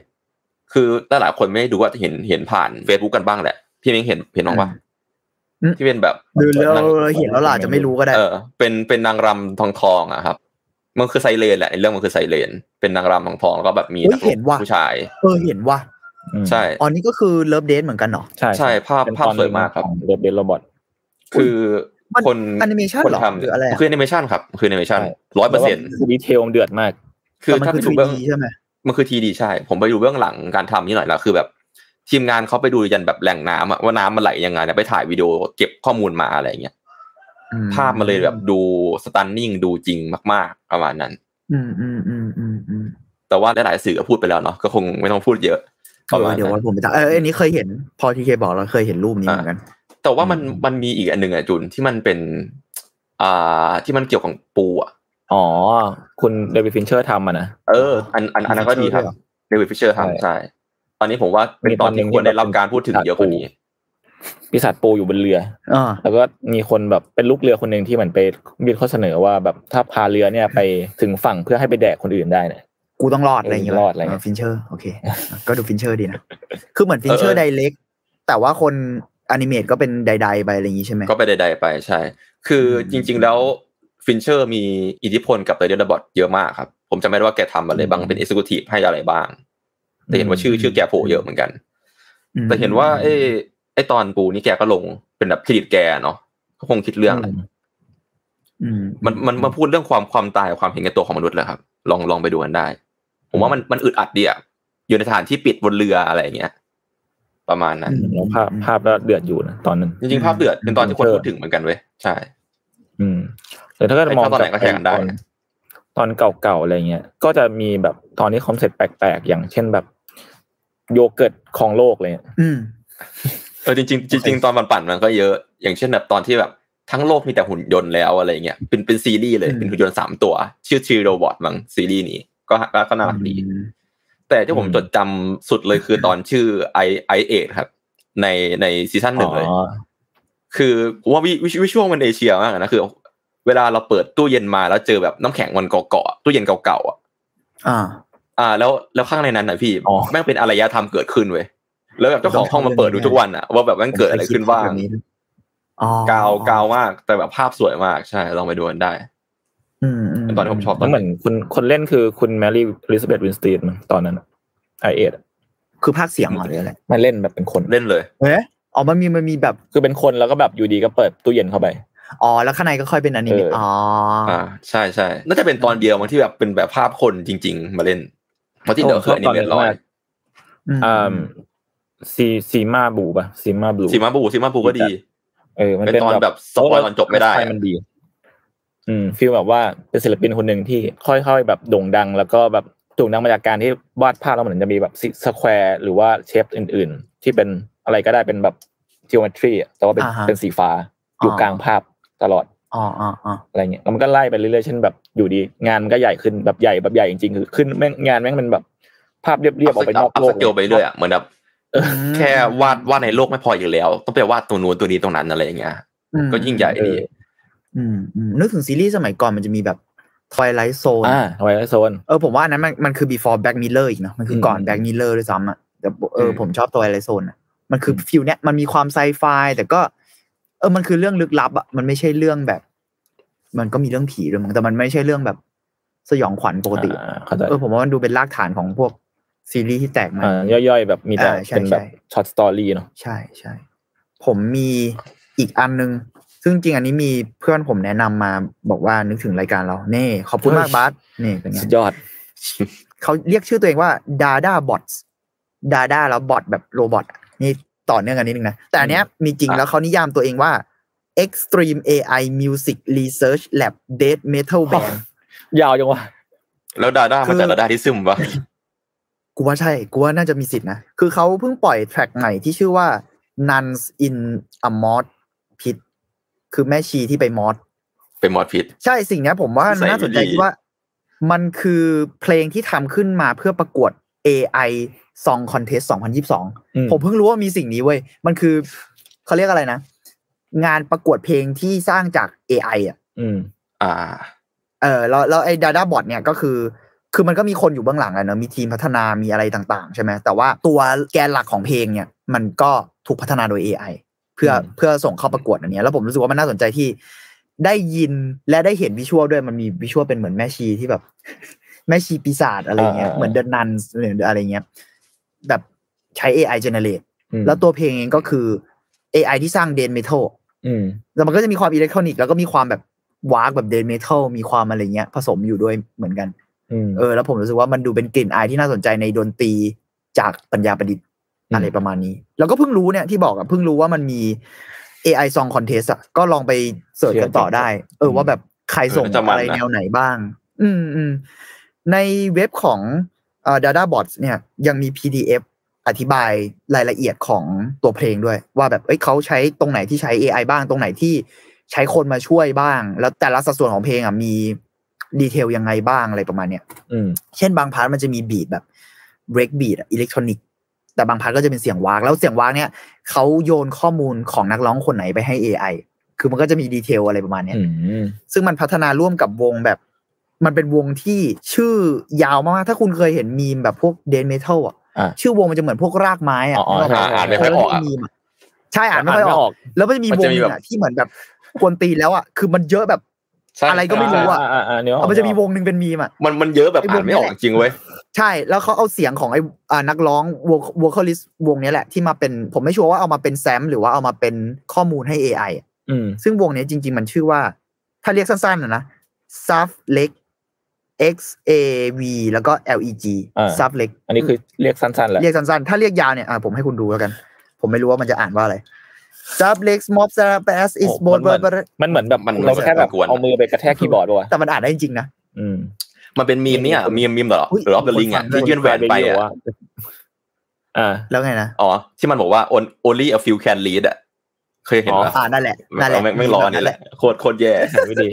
คือแต่หลายคนไม่ได้ดูว่าจะเห็นเห็นผ่าน Facebook กันบ้างแหละ พี่เม้งเห็นเห็นบ้างปะที่เป็นแบบ
ดูแล้ว
นั่ง
เห็นแล้วล่ะอาจจะไม่รู้ก็ได้
เออ เป็นเป็นนางรำทองทองๆอะครับ มันคือไซเรนแหละในเรื่องมันคือไซเรน เป็นนางรำทองทองๆแล้วก็แบบมี
เฮ้ย
นักร
เห็น
บ
ว่ะ
ผู้ชาย
เออเห็นว่ะ
อืม
ใช่
อ๋อนี่ก็คือเลิฟเดทเหมือนกันเหรอ
ใช่
ใช่ภาพภาพสวยมากครับ
เดบเดนโรบอท
คือ
มัน
คน
แอนิเมชัน
คน
เหรอ
ทำ
หรืออะไรอะ
คือแอนิเมชันครับคือแอนิเมชัน
ใช่
ร้อยเปอร์เซ็นต์
ดีเทลมันเดือดมาก
คือ
แต่มัน
ถ้า
คื
ไปดู
อ
เบื้อง
3D ใช่ไหม
มันคือทีดีใช่ ผมไปดูเบื้องหลังการทำนี่หน่อยแล้วคือแบบ ทีมงานเขาไปดูยันแบบแหล่งน้ำอะว่าน้ำมันไหลยังไงนะไปถ่ายวิดีโอเก็บข้อมูลมาอะไรอย่างเงี้ย
อื
ภาพมันเลยแบบดูสตันนิ่งดูจริงมาก ๆ ประมาณนั้น
อืมอืมอืมอืมอืม
แต่ว่าหลายๆสื่อก็พูดไปแล้วเนาะก็คงไม่ต้องพูดเยอะประมาณ
เออเดี๋ยว
นั้
วัน
น
ผมไปตามเอออันนี้เคยเห็น พอทีเคบอกเราเคยเห็นรูปนี้
อ่า
เหมือนกัน
แต่ว่ามัน
อืม
มันมีอีกอันหนึ่งอะจุนที่มันเป็น อ่าที่มันเกี่ยวกับปูอะ
อ๋อ คุณเดวิดฟินเชอร์ทำอ่ะนะ
เออ อันอันอันนั้นก็
Fisher
ดีครับ
ด้วย
เด
เหรอ
วิดฟิชเชอร์
ใช่
ทำใช่ ตอนนี้ผมว่าเป็น
มี
ต
ต
อ
อน นหนึ่
ที่
ง
ควรได้รับ
ที่
การพูดถึง
ตัด
เยอะกว่า
ปู
นี้
ปีศาจปูอยู่บนเรือ
อ่า
แล้วก็มีคนแบบเป็นลูกเรือคนหนึ่งที่เหมือนไปยื่นข้อเสนอว่าแบบถ้าพาเรือเนี่ยไปถึงฝั่งเพื่อให้ไปแดกคนอื่นได้เนี่ย
กูต้องรอดอะไรอย่างเงี้ย
รอดอะไรเงี้ย
ฟินเชอร์โอเค ก็ดูฟินเชอร์ดีนะ คือเหมือนฟินเชอ
เอ
ร์
อ
ไดเ c กแต่ว่าคนอนิเมตก็เป็นใดๆไปอะไรอย่างงี้ใช่ไหม
ก็ไปใดๆไปใช่ คืออ
ม
จริง ๆ แล้วฟินเชอร์มีอิทธิพลกับเดลบอทเยอะมากครับ ผมจำไม่ได้ว่าแกทำอะไรบ้าง เป็นเอ็กซ์ t i ทีฟให้อะไรบ้าง แต่เห็นว่าชื่อชื่อแกโผล่เยอะเหมือนกัน
อืม
แต่เห็นว่าเอ้ไอตอนปูนี่แกก็ลงเป็นแบบเครดิตแกเนาะก็คงคิดเรื่องแหละ
อืม
มันมันมาพูดเรื่องความความตายความเห็นแก่ตัวของมนุษย์แหละครับ ลองลองไปดูกันได้ ผมว่ามันมันอึดอัดดีอะ อยู่ในสถานที่ปิดบนเรืออะไรอย่างเงี้ย ประมาณนั้น
แล้วภาพภาพก็เดือดอยู่นะตอนนั้น
จริงๆภาพเดือดเป็นตอนที่คนพูดถึงเหมือนกันเว้ยใช่
อืมแต่ถ้าเกิด
ไอ้
มอง
ชอบตอนไหนก็แข่งกันได้
ตอนตอนเก่าๆอะไรเงี้ย ก็จะมีแบบตอนนี้คอนเซ็ปต์แปลกๆ อย่างเช่นแบบ โยเกิร์ตของโลกเลย
อืม
เออจริงๆจริงๆตอนมันปั่นมันก็เยอะ อย่างเช่นแบบตอนที่แบบทั้งโลกมีแต่หุ่นยนต์แล้วอะไรเงี้ยเป็นเป็นซีรีส์เลย
อืม
เป็นหุ่นยนต์สามตัว ชื่อชีโรบอทมั้งซีรีส์นี้ก็ก็ก็น่ารักดี แต่ที่ผม
อืม
จดจำสุดเลยคือตอนชื่อไอไอเอครับ ในในซีซั่นหนึ่งเลย
อ๋อ
คือผมว่าวิวิวิชวลมันเอเชียมากอะนะคือ เวลาเราเปิดตู้เย็นมาแล้วเจอแบบน้ำแข็งมันเกาะๆตู้เย็นเก่าๆอ่ะ
อ่า
อ่า แล้วแล้วข้างในนั้นนะพี่
อ๋อ
แม่งเป็นอารยธรรมเกิดขึ้นเว้ยแล้วแบบเจ้าของห้องมาเปิดดูทุกวันอ่ะว่าแบบแม่งเกิดอะไรขึ้นบ้าง
อ๋อก
าวกาวมากแต่แบบภาพสวยมากใช่ลองไปดูกันได้
อืมอืม
เป็นตอนที่ผมชอบต
มั
อน น
เหมือนคุณคนเล่นคือคุณแมรี่ลิซาเบธวินสตีนตอนนั้นไอเอ็ด
คือภาคเสียงเหรอหรืออะไร
มันเล่นแบบเป็นคน
เล่นเลย
เอ๊ะอ๋อมันมีมันมีแบบ
คือเป็นคนแล้วก็แบบอยู่ดีก็เปิดตู้เย็นเข้าไป
อ๋อ แล้วข้างในก็ค่อยเป็นอนิเมะ
เอออ๋
อ๋อ
อ่า ใช่ใช่น่าจะเป็นตอนเดียวมั้งที่แบบเป็นแบบภาพคนจริง ๆ มาเล่นเพราะที่เดิมคืออนิเมะร้อย
อืม
อ่าซีซีมาบูป่ะซีมาบู
ซีมาบูซีมาบูก็ดี
เออมัน
เป็น
เป็น
ตอนแบบสปอยตอนจบไม่ได้
ใช่
อะ
มันดี อืมฟีลแบบว่าเป็นศิลปินคนหนึ่งที่ค่อยๆแบบโด่งดัง แล้วก็แบบโด่งดังมาจากการที่วาดภาพแล้วเหมือนจะมีแบบสแควร์หรือว่าเชฟอื่น ๆ ที่เป็นอะไรก็ได้เป็นแบบจิวเมทรีแต่ว่าเป็น
อ่าฮะ
เป็นสีฟ้าอยู่
อ๋อ
กลางภาพตลอด
อ๋ออ๋ออ๋อ
อะไรเงี้ยแล้วมันก็ไล่ไปเรื่อยๆ เช่นแบบอยู่ดีงานมันก็ใหญ่ขึ้นแบบใหญ่แบบใหญ่จริงๆ คือขึ้นแม่งงานแม่งเป็นแบบภาพเรียบๆออกไปนอก
อัพ
โล
ส
ก
เกลไปเรื่อยอะเหมือนแบบ
อืม
แค่วาดวาดในโลกไม่พออยู่แล้ว ต้องไปวาดตัวนู้นตัวนี้ตรงนั้นอะไรอย่างเงี้ย
อืม
ก็ยิ่งใหญ่ดี
อืมอืมนึกถึงซีรีส์สมัยก่อนมันจะมีแบบ Twilight
เอ
Zone
ออ่าทวายไลท์โซน
เออผมว่าอันนั้นมันมันคือ before Black Mirror อีกเนาะมันคือก่อน
อืม
Black Mirror ด้วยซ้ำอ่ะแต่เอออ
ม
ผมชอบตัว Twilight Zone อะมันคือฟิลเนี้ยมันมีความไซไฟแต่ก็ เออมันคือเรื่องลึกลับอ่ะมันไม่ใช่เรื่องแบบ มันก็มีเรื่องผีด้วยมั้งแต่มันไม่ใช่เรื่องแบบสยองขวัญปกติอะ
อ่าเข้าใจ
เออผมว่ามันดูเป็นรากฐานของพวกซีรีส์ที่แตกมา
อ่าย่อยๆ แบบมีแต่
อ่าใช่
เป็นแบบ
ใช่
ช็อตสตอรี่เนาะ
ใช่ใช่ผมมีอีกอันนึง ซึ่งจริงอันนี้มีเพื่อนผมแนะนำมาบอกว่านึกถึงรายการเราเน่ขอบคุณมากบาสเน่เป็นไง
สุดยอด
เขาเรียกชื่อตัวเองว่า Dada Bots Dada แล้วบอ t แบบโรบอทนี่ต่อเนื่องกันนิดนึงนะ แต่อันเนี้ยมีจริง
อ่ะ
แล้วเขานิยามตัวเองว่า Extreme AI Music Research Lab Dead Metal Band
ยาวจังวะ
แล้วดาด้ามันจะดาด้าที่ซึมปะ
กูว่าใช่ กูว่าน่าจะมีสิทธินะ คือเขาเพิ่งปล่อยแทร็กใหม่ที่ชื่อว่า Nuns in a Moth Pit คือแม่ชีที่ไปมอส
เป็นมอดพิษ
ใช่สิ่งเนี้ยผมว่า
ใส่
น่าสนใจ
ดี
ที่ว่า มันคือเพลงที่ทำขึ้นมาเพื่อประกวด AI Song Contest 2022
อืม
ผมเพิ่งรู้ว่ามีสิ่งนี้เว้ย มันคือเขาเรียกอะไรนะ งานประกวดเพลงที่สร้างจาก AI อ่ะ
อืม
อ่า
เออแล้วแล้วไอ้ดาด้าบอทเนี่ยก็คือ คือมันก็มีคนอยู่เบื้องหลังอะเนอะมีทีมพัฒนามีอะไรต่างๆ ใช่ไหมแต่ว่าตัวแกนหลักของเพลงเนี่ยมันก็ถูกพัฒนาโดย AI เพื่อ
อืม
เพื่อส่งเข้าประกวดอันเนี้ยแล้วผมรู้สึกว่ามันน่าสนใจที่ได้ยินและได้เห็นวิชวลด้วยมันมีวิชวลเป็นเหมือนแม่ชีที่แบบ แม่ชีปีศาจอะไรเงี้ยเหมือนเดนนันหรืออะไรเงี้ยแบบใช้ AI generate
อืม
แล้วตัวเพลงเองก็คือ AI ที่สร้างเดนเมทัล
อืม
แล้วมันก็จะมีความอิเล็กทรอนิกส์แล้วก็มีความแบบวากแบบเดนเมทัลมีความอะไรเงี้ย ผสมอยู่ด้วยเหมือนกัน
อืม
เออแล้วผมรู้สึกว่ามันดูเป็นกลิ่นอายที่น่าสนใจในดนตรีจากปัญญาประดิษฐ์
อืม
อะไรประมาณนี้ แล้วก็เพิ่งรู้เนี่ยที่บอกอะเพิ่งรู้ว่ามันมี AI Song Contest อะก็ลองไปเสิร์ชกันต่อได้ เออว่าแบบใครส่ง
เออน่าจะมันนะ
อะไรแนวไหนบ้าง อืมอืมในเว็บของเอ่อ Dada Bots เนี่ยยังมี PDF อธิบายรายละเอียดของตัวเพลงด้วย ว่าแบบเอ้ยเขาใช้ตรงไหนที่ใช้ AI บ้างตรงไหนที่ใช้คนมาช่วยบ้าง แล้วแต่ละสัดส่วนของเพลงอ่ะมีดีเทลยังไงบ้างอะไรประมาณเนี้ย
อืม
เช่นบางพาร์ทมันจะมีบีทแบบ break beat อิเล็กทรอนิกแต่บางพาร์ทก็จะเป็นเสียงวากแล้วเสียงวากเนี่ยเขาโยนข้อมูลของนักร้องคนไหนไปให้ AI คือมันก็จะมีดีเทลอะไรประมาณเนี้ย
อืม
ซึ่งมันพัฒนาร่วมกับวงแบบ มันเป็นวงที่ชื่อยาวมากๆ ถ้าคุณเคยเห็นมีมแบบพวกเดนเมทัลอ่ะ
อ่า
ชื่อวงมันจะเหมือนพวกรากไม้อ่ะ
อ๋ออ๋อ
นึกกปะ
อ่าอ่านไม่ค่อยออกอะ
เมีมะใช่อ่านไม่ค่อยออก แล้วมันจะมี
มัน
วง
จะมี
หนึ่ง
แบ
อะ
บ
ที่เหมือนแบบกวนตีนแล้วอ่ะ คือมันเยอะแบบ
ใช่
อะไรก็ไม่รู้อะ
อ่าอ่าเนื้อออก
มันจะมีวงหนึ่งเป็นมีมอ่ะ
มันมันเยอะแบบ
ไอ้วง
อ่านไม่ออก
นี่
จ
แหละ
ริงๆเว้ย
ใช่ แล้วเขาเอาเสียงของไอ้อ่านักร้องวอลคอลิสวงเนี้ยแหละที่มาเป็น ผมไม่ชัวร์ว่าเอามาเป็นแซมหรือว่าเอามาเป็นข้อมูลให้ AI อะ
อืม
ซึ่งวงเนี้ยจริง ๆ มันชื่อว่า ถ้าเรียกสั้นๆนะนะซัฟเล็ก X A V แล้วก็ L E G
อ่า
ซับเล็ก
อันนี้คือเรียกสั้นๆแหละ
เรียกสั้นๆ ถ้าเรียกยาวเนี่ยอ่ะผมให้คุณดูแล้วกัน ผมไม่รู้ว่ามันจะอ่านว่าอะไรซับเล็กม็อบซาแปสอิสโบน
มันเหมือนแบบ
มัน
เราแค่แบบ
กวนๆ
เอามือไปกระแทกคีย์บอร์ดป่ะวะ
แต่มันอ่านได้จริงๆนะ
อืม
มันเป็นมีมเนี่ยมีมมีมเหรอ
อุ๊ย
หรือออฟเดอะลิง
คนฟั
อ่ะ
ง
ที่ยื่นแหวนไปอะ
ว่าอ่า
แล้วไงนะ
อ๋อที่มันบอกว่า on- only a few can lead อ่ะเคยเห็น
อ๋อ
ปะ
อ่านั่นแหละนั่นแหละ
แม่งแม่งรอเนี่ยแหละโคตรโคตรแย่
เห็นไม่ดี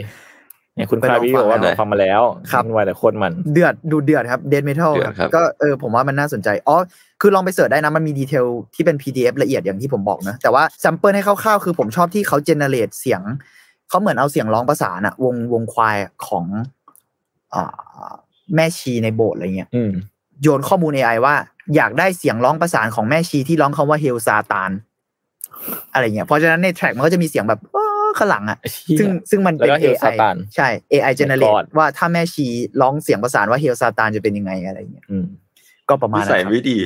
เนี่ยคุณพาวิบอกว่าหนูฟังมาแล้ว
ครับ
มันไวแต่โคตรมัน
เดือดดูเดือดครับเดนเมทัล
เดือดครับ
ก็เออผมว่ามันน่าสนใจอ๋อคือลองไปเสิร์ชได้นะ มันมีดีเทลที่เป็น PDF ละเอียดอย่างที่ผมบอกนะ แต่ว่าแซมเปิลให้คร่าวๆ คือผมชอบที่เขาเจเนเรตเสียง เขาเหมือนเอาเสียงร้องประสานอะวงวงควายอะของอ่าแม่ชีในโบสถ์อะไรเงี้ย
อืม
โยนข้อมูล AI ว่าอยากได้เสียงร้องประสานของแม่ชีที่ร้องคำว่าเฮลซาตานอะไรเงี้ยเพราะฉะนั้นในแทร็กมันก็จะมีเสียงแบบว้าวข้างหลังอะ ซึ่งซึ่งมันเป็น
แล้วก็ Hail
AI
Satan
ใช่ AI generate
God
ว่าถ้าแม่ชีร้องเสียงประสานว่าเฮลซาตานจะเป็นยังไงอะไรเงี้ย
อืม
ก็ประมา
นิ
ณนั้
สัย
นครับ
ไม่ดี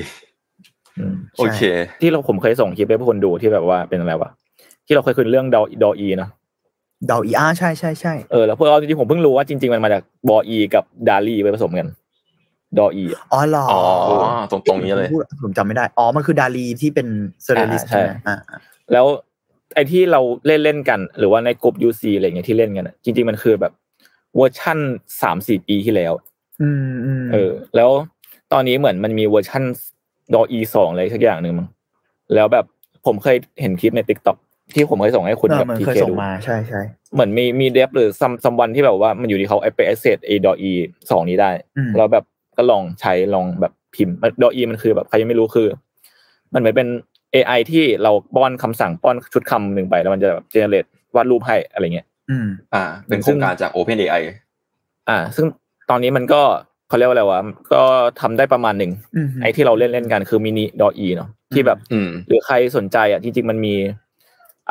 อืม
โอเค
ที่เราผมเคยส่งคลิปให้พวกคนดูที่แบบว่าเป็นอะไรวะที่เราเคยคุยเรื่องดอดออีเนอะ
เดาอีอาใช่ใช่ใช่
เออแล้วพวกเราจริงๆผมเพิ่งรู้ว่าจริงๆมันมาจากบออีกับดาลีไปผสมกันดออีอะ
อ๋อเหรอ
อ๋
อ๋
อ ตรงตรงๆนี้เลย
ผมจำไม่ได้ อ๋อ มันคือดาลีที่เป็นเซเรลิส
อ่าใช่
ใช่ไหมอ่าอ่า
แล้วไอ้ที่เราเล่นเล่นๆกัน หรือว่าในกลุ่มยูซีอะไรเงี้ยที่เล่นกันอะจริงๆมันคือแบบเวอร์ชั่นสามสี่ปีที่แล้ว
อืมอืม
เออ แล้วตอนนี้เหมือนมันมีเวอร์ชั่นดออีสองอะไรสักอย่างหนึ่งมั้งแล้วแบบผมเคยเห็นคลิปในติ๊กต็อกที่ผมเคยส่งให้คุณ
เออ
กับ
มัน
ที
เคย
เค
ส่ง
ดู
มาใช่ใช่
เหมือนมีมีเดฟหรือซัมซัมวันที่แบบว่ามันอยู่ที่เขาไปแอสเซทเอดออีสองนี้ได้
อืม
แล้วแบบก็ลองใช้ลองแบบพิมพ์ดออีมันคือแบบใครยังไม่รู้คือ มันเหมือนเป็น AI ที่เราป้อนคำสั่งป้อนชุดคำหนึ่งไป แล้วมันจะแบบเจเนเรตวาดรูปให้อะไรเงี้ย
อืม
อ่า เป็นโครงการจาก OpenAI
อ่า ซึ่งตอนนี้มันก็เขาเรียกว่าอะไรวะก็ทำได้ประมาณหนึ่ง
อืม
ไอ้ที่เราเล่นเล่นๆกันคือมินิดออีเนาะที่แบบ
อืม
หรือใครสนใจอ่ะจริงๆมันมี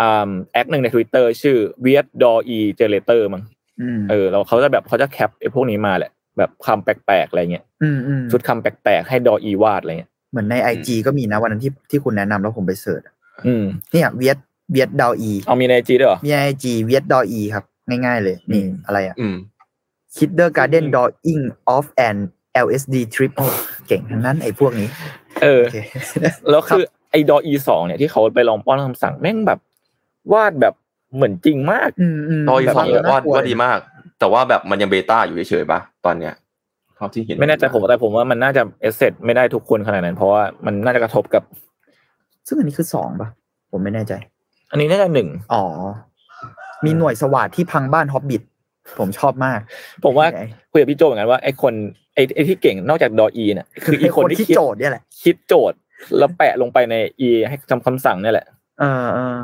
อ่าแอคหนึ่งใน Twitter ชื่อ w e i r d d o e generator มั้ง
อืม
เออเราเขาจะแบบเขาจะแคปไอ้พวกนี้มาแหละ แบบคำแปลกๆอะไรเงี้ย
อืมอืม
ชุดคำแปลกๆให้ดออีวาดอะไรเงี้ย
เหมือนในไอจีก็มีนะวันนั้นที่ที่คุณแนะนำแล้วผมไปเสิร์ชอะ
อืม
เนี่ยเวียดเวียดดาอี
เอามีในจีด้วยเหรอ
มีไอจีเวียดดาอีครับ ง่ายๆเลยนี่
อืม
อะไรอ่ะ
อืม
Kinder Garden Drawing of an LSD Trip โอ้เก่งทั้งนั้นไอ้พวกนี้
เออ
โอเค
แล้วคือไอ้ดออีสองเนี่ยที่เขาไปลองป้อนคำสั่งแม่งแบบวาดแบบเหมือนจริงมาก
อืมอืม
ตอนอี
แบบ
ฟัง
นี้
ว่าว่าดีมาก แต่ว่าแบบมันยังเบต้าอยู่เฉยๆปะตอนเนี้ยเท่าที่เห็น
ไม่แน่ใจผมแต่ผมว่ามันน่าจะเอเซตไม่ได้ทุกคนขนาดนั้น เพราะว่ามันน่าจะกระทบกับ
ซึ่งอันนี้คือสองป่ะ ผมไม่แน่ใจ
อันนี้น่าจะหนึ่ง
อ๋อ มีหน่วยสวัสดที่พังบ้านฮอบบิทผมชอบมาก
ผมว่าคุยกับพี่โจเหมือนกันว่าไอ้คนไอ้ไอ้ที่เก่งนอกจากดออีเนี่ยคือไอ้คนที่คิด
โจทย์เนี่ยแหละ
คิดโจทย์แล้วแปะลงไปในอีให้ทำคำสั่งเนี่ยแหละ
เออเออ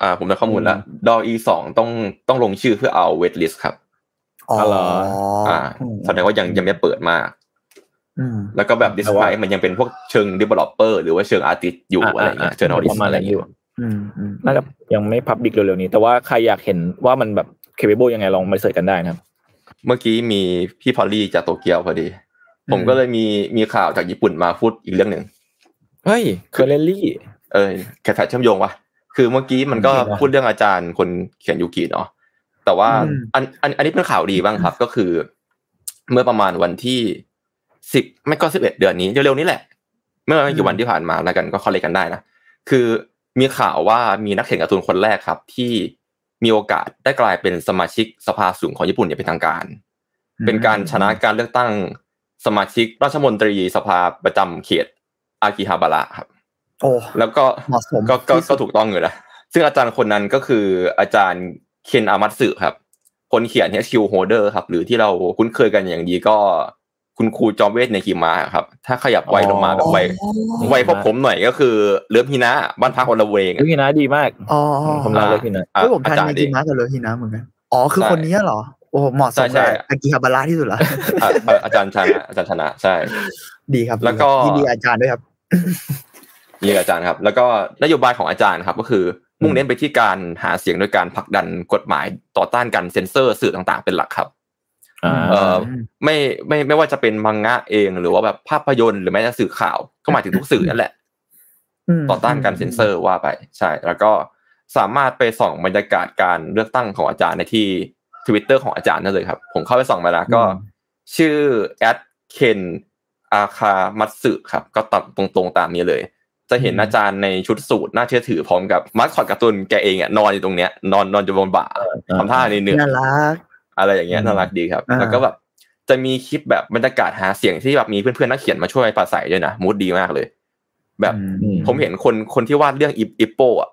อ่า ผมได้ข้อมูลแล้วดอ e สองต้องต้องลงชื่อเพื่อเอาเวทลิสครับ
อ๋อ
อเหรอ
อ่าแสดงว่ายังยังไม่เปิดมาก
อืม
แล้วก็แบบดิส
แต่
ไพ
ว่า
มันยังเป็นพวกเชิง developer หรือว่าเชิง artist อยู่
า
อะไรเงี้ยเชิง artist
ประมาณอะ
อะ
ไร ไร
เงี้ย
อยู่
อืมอืม
น่าจะยังไม่พับบิกเร็วๆนี้ แต่ว่าใครอยากเห็นว่ามันแบบเคเบิลยังไงลองมาเสิร์ชกันได้นะครับ
เมื่อกี้มีพี่พอลลี่จากโตเกียวพอดี ผมก็เลยมีมีข่าวจากญี่ปุ่นมาพูดอีกเรื่องหนึ่ง
เฮ้ยเคอร์เรลลี่
เออแค่แฟเชื่อมโยงวะคือเมื่อกี้มันก็
โอเคนะ
พูดเรื่องอาจารย์คนเขียนยูกิเนาะแต่ว่าอันอันอันนี้เป็นข่าวดีบ้างครับ ก็คือ เมื่อประมาณวันที่สิบไม่ก็สิบเอ็ดเดือนนี้เร็วๆนี้แหละ เมื่อไม่กี่วันที่ผ่านมาแล้วกันก็คอลเลกกันได้นะ คือมีข่าวว่ามีนักเขียนการ์ตูนคนแรกครับ ที่มีโอกาสได้กลายเป็นสมาชิกสภาสูงของญี่ปุ่นอย่างเป็นทางการ เป็นการชนะการเลือกตั้งสมาชิกราชมนตรีสภาประจำเขตอากิฮาบาระครับ
โอ้
แล้วก็
เหมาะสม
ก็ก็
ที่สุ
ก็
ด
ถูกต้องอยู่แล้วซึ่งอาจารย์คนนั้นก็คืออาจารย์เคนอามัตสึครับ คนเขียน HQ Holder ครับ หรือที่เราคุ้นเคยกันอย่างดีก็ คุณครูจอมเวทในคีมาครับ ถ้าขยับไวลงมาแบบไว
อ๋อ
ไวพวกผมหน่อยก็คือเลิฟฮินะบ้านพักคนละเวงอะ
พี่นะดีมาก
อ๋อ
ผมรักเลยพี่นะ
เฮ้ยผมทันในจิมะกับเลยทีนะเหมือนกัน อ๋อคือคนนี้เหรอ โอ้โหเหมาะสม
ใช่
กับ
ใช่
อากิฮาบาระที่สุดละ
อ่ะอ่ะอาจารย์ชนะอาจารย์ชนะใช่
ดีครับ
แล้วก็
ยินดีอาจารย์ด้วยครับ
นี่อาจารย์ครับ แล้วก็นโยบายของอาจารย์ครับก็คือ มุ่งเน้นไปที่การหาเสียงโดยการผลักดันกฎหมายต่อต้านการเซ็นเซอร์สื่อต่าง ๆเป็นหลักครับ
อ่า
เอ่อ ไม่ไม่ไม่ว่าจะเป็นมังงะเองหรือว่าแบบภาพยนตร์หรือแม้แต่สื่อข่าวก็หมายถึงทุกสื่อนั่นแหละ
ม
ต่อต้านการเซ็นเซอร์ว่าไปใช่ แล้วก็สามารถไปส่องบรรยากาศการเลือกตั้งของอาจารย์ในที่ทวิตเตอร์ของอาจารย์นั่นเลยครับ ผมเข้าไปส่องมาแล้วก็ ชื่อแอดเคนอาคามัตสึครับ ก็ตัดตรงๆตามนี้เลย จะเห็น
อืม
อาจารย์ในชุดสูทน่าเชื่อถือพร้อมกับมัสคอตการ์ตูนแกเองอ่ะนอนอยู่ตรงเนี้ยนอนนอนอยู่บนบ่าทำท่าเหนื่อยๆ
น่ารัก
อะไรอย่างเงี้ย
อืม
น่ารักดีครับ
อ่า
แล้วก็แบบจะมีคลิปแบบบรรยากาศหาเสียงที่แบบมีเพื่อนๆนักเขียนมาช่วยปราศัยด้วยนะมูดดีมากเลย แบบ
อืม
ผมเห็นคนคนที่วาดเรื่องอิปอิปโปอ่ะ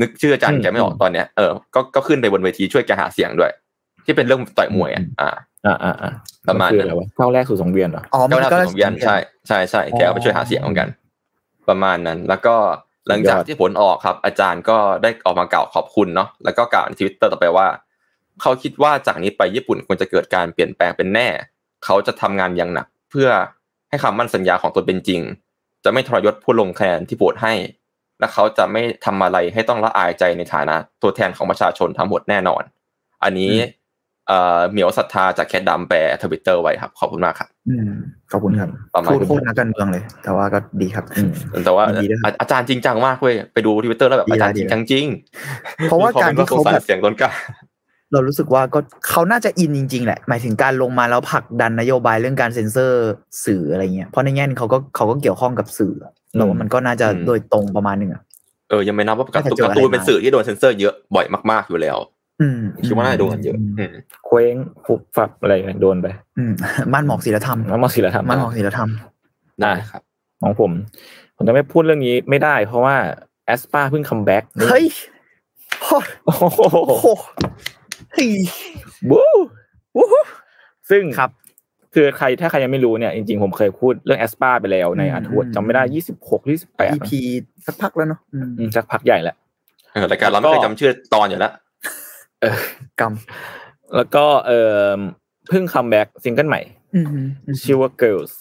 นึกชื่ออาจาร
อื
ย์
ม
แกไม่ออก
อืม
ตอนเนี้ยเออก็ก็ขึ้นไปบนเวทีช่วยแกหาเสียงด้วย ที่เป็นเรื่องต่อยมวยอ่ะอ่า
อ่าอ่าอ่า
ประมาณ
นคืออะ
นั้น
ไรวะก้าวแรกสู่สังเวียนเหรอ
อ๋อ
เจ้าห
มั
น้าน
ก็
ที่ของเวียนใช่ใช่ใช่แกเอาไปช่วยหาเสียงเหมือนกัน ประมาณนั้น แล้วก็หลังจาก
สุดยอด
ที่ผลออกครับ อาจารย์ก็ได้ออกมากล่าวขอบคุณเนาะแล้วก็กล่าวในทวิตเตอร์ต่อไปว่า เขาคิดว่าจากนี้ไปญี่ปุ่นควรจะเกิดการเปลี่ยนแปลงเป็นแน่ เขาจะทำงานอย่างหนัก เพื่อให้คำมั่นสัญญาของตนเป็นจริง จะไม่ทรยศผู้ลงคะแนนที่โหวตให้ และเขาจะไม่ทำอะไรให้ต้องละอายใจในฐานะตัวแทนของประชาชนทั้งหมดแน่นอน อันนี้เอ่อเหมียวศรัทธาจากแคดดำแปลทวิตเตอร์ไว้ครับขอบคุณมากครับ
อืมขอบคุณครับ
ประมาณ
พูด
นี้
พูดนักการเมืองเลย แต่ว่าก็ดีครับ
แต่ว่า
ดีนะครับ
อาอาจารย์จริงจังมากเว้ยไปดูทวิตเตอร์แล้วแบบ
ดีนะ
อาจารย์จริงจังจริง
เพราะว่าการที่เขาแบบ
สสเสียงล้นกล้า
เรารู้สึกว่าก็เขาน่าจะอินจริง ๆ แหละ หมายถึงการลงมาแล้วผลักดันนโยบายเรื่องการเซ็นเซอร์สื่ออะไรเงี้ยเพราะในแง่นึงเขาก็เขาก็เกี่ยวข้องกับสื่ออะเราว่ามันก็น่าจะโดยตรงประมาณหนึงอ่ะ
เออยังไม่นับว่าการ์ตูน
น่าจะเจอ
การ์ตูน
อะไรมา
เป็นสื่อที่โดนเซ็นเซอร์เยอะบ่อยมากๆอยู่แล้ว
อืม
คิดว่าน่าจะโดนกันเยอะอืม
เคว้งฟุบฟับอะไรเนี่ยโดนไป
อืมม่านหมอกศิลธรรม
แล้วมาศิลธรรม
ม่านหมอกศิลธรรม
ได้ครับ
ของผม ผมจะไม่พูดเรื่องนี้ไม่ได้เพราะว่าแอสปาเพิ่งคัมแบ็ก
เฮ้ยโอ้
โอ้โห
โหเฮ้ย
บู๊วู้ฮู้ซึ่ง
ครับ
คือใครถ้าใครยังไม่รู้เนี่ยจริงๆผมเคยพูดเรื่องแอสปาไปแล้วในอาทวดจำไม่ได้ยี่สิบหกยี่สิบแปด
EP สักพักแล้วเนาะอืม
สักพักใหญ่แล้ว
เออรายการเราไม่เคยจำชื่อตอนอยู่แล้ว
กรรม
แล้วก็เออเพิ่งคัมแบ็กซิงเกิลใหม่
อืมอืม
ชื่อว่า girls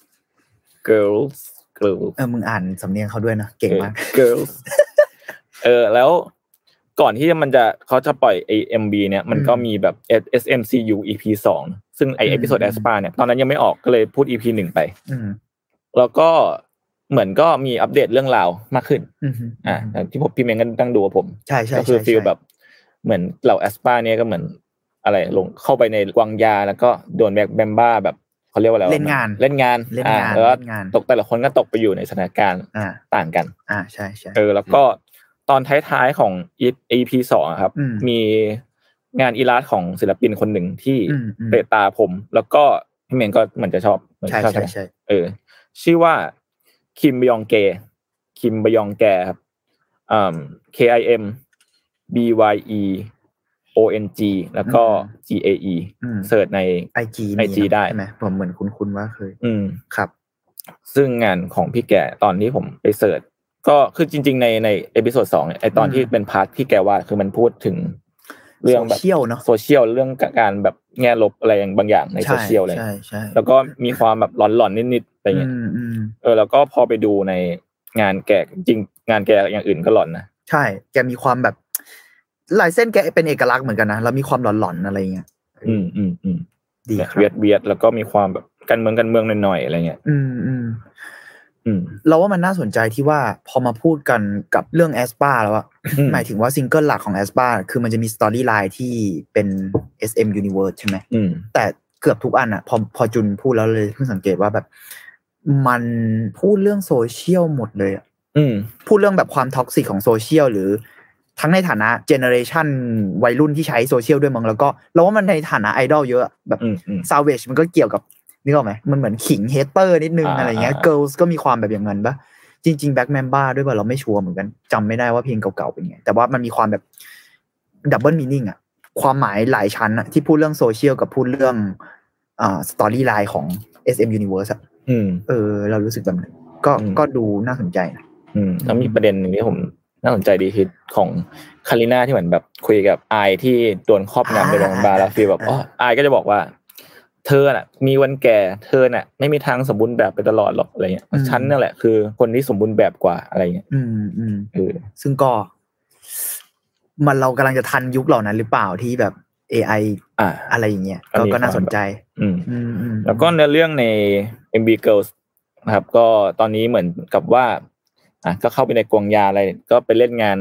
girls girls
เออมึงอ่านสำเนียงเขาด้วยนะเก่งมาก
ออ girls เออแล้วก่อนที่มันจะเขาจะปล่อย AMB เนี่ยมันก็
อืม
มีแบบ SMCU EP สองซึ่งไอ
อืม
เอพิโซด
อื
แอ
ม
สปาเนี่ยตอนนั้นยังไม่ออกก็เลยพูด EP หนึ่งไป
อืม
แล้วก็เหมือนก็มีอัปเดตเรื่องราวมากขึ้น
อืม
อ่าที่ผมพี่เมงก็ตั้งดูกับผม
ใช่ใช่
ก็คือ
ใช่
ฟีล
ใช่
แบบเหมือนเหล่าแอสปาเนี่ยก็เหมือนอะไรลงเข้าไปในวังยาแล้วก็โดนแบกแบมบ้าแบบเขาเรียกว่าอะไรวะ
เล่นงาน
เล่นงาน
เล่น
อ่าง
าน
แล้วก็
เล่นงาน
ตกแต่ละคนก็ตกไปอยู่ในสถานการณ์
อ่า
ต่างกัน
อ่าใช่ใช่
เออแล้วก็ตอนท้ายๆของ EP สองอะครับ
อืม
มีงานอีลาสของศิลปินคนหนึ่งที่
อืมอืม
เตะตาผม แล้วก็พี่เมงก็เหมือนจะชอบเหมือน
ใช่
ชอบ
ใช่
ไหม
ใช่
เออ ชื่อว่าคิมบยองเกคิมบยองแกครับอ่า K I M B Y E O N G แล้วก็ G A E
อืม
เสิร์ชใน
ไอจี
IG ได้
ใช่ไหมผมเหมือนคุ้นๆว่าเคย
อืม
ครับ
ซึ่งงานของพี่แกตอนที่ผมไปเสิร์ชก็คือจริง ๆ ในในเอพิโซดสองเนี่ยไอตอน
อืม
ที่เป็นพาร์ทที่แกวาดคือมันพูดถึง เรื่องแบบ
โซเชียลเนาะ
โซเชียลเรื่องการแบบแง่ลบอะไรอย่างบางอย่างในโซเชียลเลย
ใช่ใช่
แล้วก็มีความแบบหลอนๆนิดๆอะไรเงี้ย
อืมอืม
เออแล้วก็พอไปดูในงานแกจริงๆงานแกอย่างอื่นก็หลอนนะ
ใช่ แกมีความแบบลายเส้นแกเป็นเอกลักษณ์เหมือนกันนะแล้วมีความหลอนๆอะไรเงี้ย
อืมอืมอืม
ดี
เนี่ย
ค
เวี
รั
ย
บ
ดเวียดแล้วก็มีความแบบการเมืองการเมืองหน่อยๆอะไรเงี้ย
อืมอืม
อืม
เราว่ามันน่าสนใจที่ว่าพอมาพูดกันกับเรื่องแอสปาแล้วอะ
อืม
หมายถึงว่าซิงเกิลหลักของแอสปาคือมันจะมีสตอรี่ไลน์ที่เป็น SM Universe ใช่ไหม
อืม
แต่เกือบทุกอันอะพอพอจุนพูดแล้วเลยเพิ่งสังเกตว่าแบบ มันพูดเรื่องโซเชียลหมดเลยอะ
อืม
พูดเรื่องแบบความท็อกซิกของโซเชียลหรือทั้งในฐานะเจเนอเรชันวัยรุ่นที่ใช้โซเชียลด้วยมั้งแล้วก็เราว่ามันในฐานะไอดอลเยอะอะแบบ
อืมอืม
ซาวเวชมันก็เกี่ยวกับนึกออกไหมมันเหมือนขิงเฮเตอร์นิดนึง
อ่า
อะไรเงี้ย
อ่า
เกิลส์ก็มีความแบบอย่างนั้นปะจริงๆแบ็คแมมบ้าด้วยป่ะเราไม่ชัวร์เหมือนกันจำไม่ได้ว่าเพลงเก่าๆเป็นไงแต่ว่ามันมีความแบบดับเบิลมีนิ่งอะ ความหมายหลายชั้นอะที่พูดเรื่องโซเชียลกับพูดเรื่องอ่าสตอรี่ไลน์ของ SM Universe อะ
อืม
เออ เรารู้สึกแบบนั้นก็
อืม
ก็ดูน่าสนใจนะ
อืมแล้วมีประเด็นหนึ่งที่ผมน่าสนใจดีคือของคาริน่าที่เหมือนแบบคุยกับไอายที่โดนครอบงำในโรงพยาบาลแล้วฟีลแบบอ๋อไอายก็จะบอกว่า เธอน่ะ มีวันแก่ เธอน่ะ ไม่มีทางสมบูรณ์แบบไปตลอดหรอกอะไรเงี้ย
อืม
ฉันนั่นแหละคือคนที่สมบูรณ์แบบกว่าอะไรเงี้ย
อืมอืม
เออ
ซึ่งก็ มันเรากำลังจะทันยุคเหล่านั้นหรือเปล่าที่แบบ AI
อ่า
อะไรอย่างเงี้ย
อัน
ก็
นี้
ก็น่าสนใจ
อืม
อืมอืม
แล้วก็ในเรื่องใน MB Girls นะครับ ก็ตอนนี้เหมือนกับว่าอ่ะก็เข้าไปในกวงยาอะไร ก็ไปเล่นงาน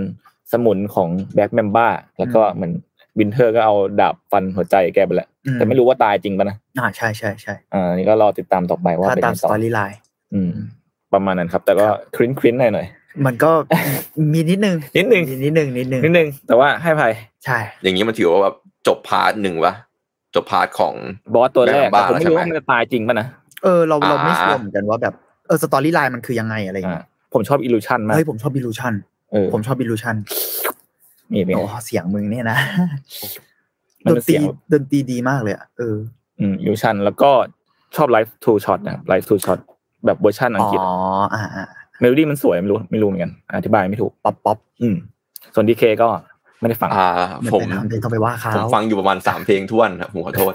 สมุนของแบ็คแมมบ้าแล้วก็เหมือน วินเทอร์ก็เอาดาบฟันหัวใจแกไปแล้ว
อื
แต่ไม่รู้ว่าตายจริงปะนะ
อ่าใช่ใช่ใช่
อ่าอันนี่ก็รอติดตามต่อไปว่า
ถ้า
เป็น
ตาม
ยังไง
ส
ต่อ
ตอรี่ไลน์
อืม ประมาณนั้นครับ แต่ก็
ครับ
คลิ้นคลิ้นๆหน่อยหน่อย
มัน ก็ มีนิดนึง
นิดนึง
มีนิดนึงนิดนึง
ๆนิดนึงแต่ว่าให้อภัย
ใช่
อย่างนี้มันถือว่าแบบจบพาร์ทหนึ่งวะจบพาร์ทของ
บอสตัวแรกอะ
บ้า
ผมไม่รู้
ใช่ไหม
ว่ามันจะตายจริงปะนะ
เออเราเราไม่
อ่า
ชัวร์เหมือนกันว่าแบบเออสตอรี่ไลน์มันคือยังไงอะไรอย่าง
อ่า
เงี้ย
ผมชอบอิลูชันมาก
เฮ้ยผมชอบบิลูชัน
เออ
ผมชอบบิลูชัน
นี่เป็นไง
โอ้เสียงมึงเนี่ยนะ
มัน
ดน
เป็น
ตรี
เสียงแบบ
ดนตรีดีมากเลยอ่ะเออ
อืมอิลูชันแล้วก็ชอบไลฟ์ทูช็อตนะครับไลฟ์ทูช็อตแบบเวอร์ชันอัง
อ๋อก
ฤษ
อ่าอ่า
เมโลดี้มันสวยไม่รู้ไม่รู้เหมือนกัน อธิบายไม่ถูก
ป๊อปป๊อป
อืม ส่วนดีเคก็ไม่ได้ฟัง
อ่า
เหมือน
ผม
เป็นทำเพลงต้องไปว่าเขา
ผมฟังอยู่ประมาณสามเพลงท้วนครับผมขอโทษ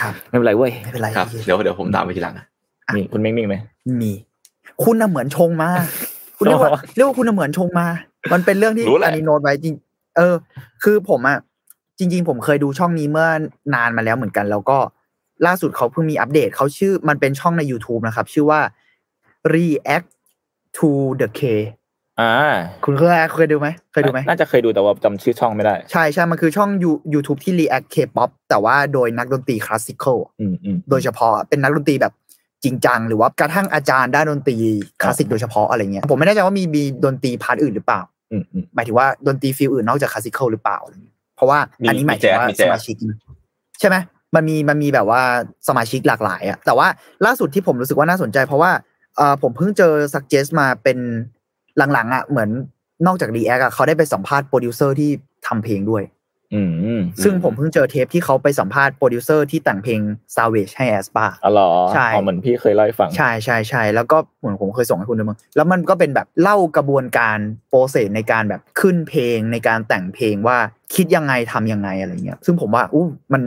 ครับ
ไม่เป็นไรเว้ย
ไม่เป็นไร
ครับ เดี๋ยวเดี๋ยวผมตามไปทีหลังนะ
นี่คุณเม้งมิ่งไหม
มี คุณน่ะเหมือนชงมาคุณเรียกว่า
อ๋อ
เรียกว่าคุณน่ะเหมือนชงมา มันเป็นเรื่องที่
รู้แห
อั
ละ
นนี้โน้ตไว้จริง เออ คือผมอ่ะจริง ๆ ผมเคยดูช่องนี้เมื่อนานมาแล้วเหมือนกัน แล้วก็ล่าสุดเขาเพิ่งมีอัปเดตเขาชื่อมันเป็นช่องใน YouTube นะครับ ชื่อว่า React to the K
่า
คุณเคยเคยดูไหมเคยดูไหม
น่าจะเคยดูแต่ว่าจำชื่อช่องไม่ได้
ใช่ใช่มันคือช่อง You- YouTube ที่ React K-pop แต่ว่าโดยนักดนตรีคลาสสิคอล
อืมอืม
โดยเฉพาะเป็นนักดนตรีแบบจริงจัง หรือว่ากระทั่งอาจารย์ด้านดนตรีคลาสสิกโดยเฉพาะอะไรเงี้ยผมไม่แน่ใจว่ามีมีดนตรีพาร์ทอื่นหรือเปล่า
อืมอืม
หมายถึงว่าดนตรีฟิลอื่นนอกจากคลาสสิคอลหรือเปล่าอะไรเงี้ยเพราะว่าอันนี้หมายถึงว่าสมาชิก ใช่ไหมมันมีมันมีแบบว่าสมาชิกหลากหลายอะแต่ว่าล่าสุดที่ผมรู้สึกว่าน่าสนใจ เพราะว่าเออผมเพิ่งเจอสักเจสมาเป็นหลังๆอะเหมือนนอกจากรีแอคอะเขาได้ไปสัมภาษณ์โปรดิวเซอร์ที่ทำเพลงด้วย
อืมอืม
ซึ่งผมเพิ่งเจอเทปที่เขาไปสัมภาษณ์โปรดิวเซอร์ที่แต่งเพลง Savage ให้ Aspa
อ๋อเหรอ
ใช่
อ๋อเหมือนพี่เคยเล่าให้ฟัง
ใช่ใช่ใช่แล้วก็เหมือนผมเคยส่งให้คุณด้วยมั้งแล้วมันก็เป็นแบบเล่ากระบวนการโปรเซสในการแบบขึ้นเพลงในการแต่งเพลงว่าคิดยังไงทำยังไงอะไรเงี้ยซึ่งผมว่าอู้มัน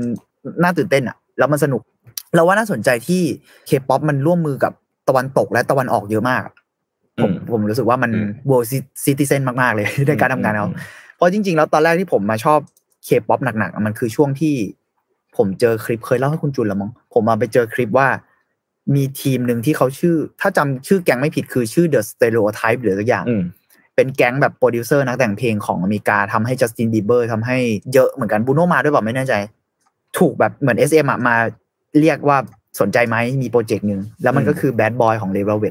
น่าตื่นเต้นอะแล้วมันสนุก เราว่าน่าสนใจที่เคป๊อปมันร่วมมือกับตะวันตกและตะวันออกเยอะมาก ผมผมรู้สึกว่ามัน
อืม
world citizen มาก ๆ เลย ในการทำงานเขา เพราะจริง ๆ แล้วตอนแรกที่ผมมาชอบเคป๊อปหนักๆอ่ะมันคือช่วงที่ผมเจอคลิปเคยเล่าให้คุณจุนละมั้งผมมาไปเจอคลิปว่า มีทีมหนึ่งที่เขาชื่อ ถ้าจำชื่อแก๊งไม่ผิดคือชื่อ The Stereotype หรือสักอย่าง
อืม
เป็นแก๊งแบบโปรดิวเซอร์นักแต่งเพลงของอเมริกาทำให้จัสตินบีเบอร์ทำให้เยอะเหมือนกันบูโนมาด้วยเปล่าไม่แน่ใจ ถูกแบบเหมือน SM อ่ะมาเรียกว่าสนใจไหมมีโปรเจกต์หนึ่งแล้วมันก็คือแบดบอยของเลเวลเว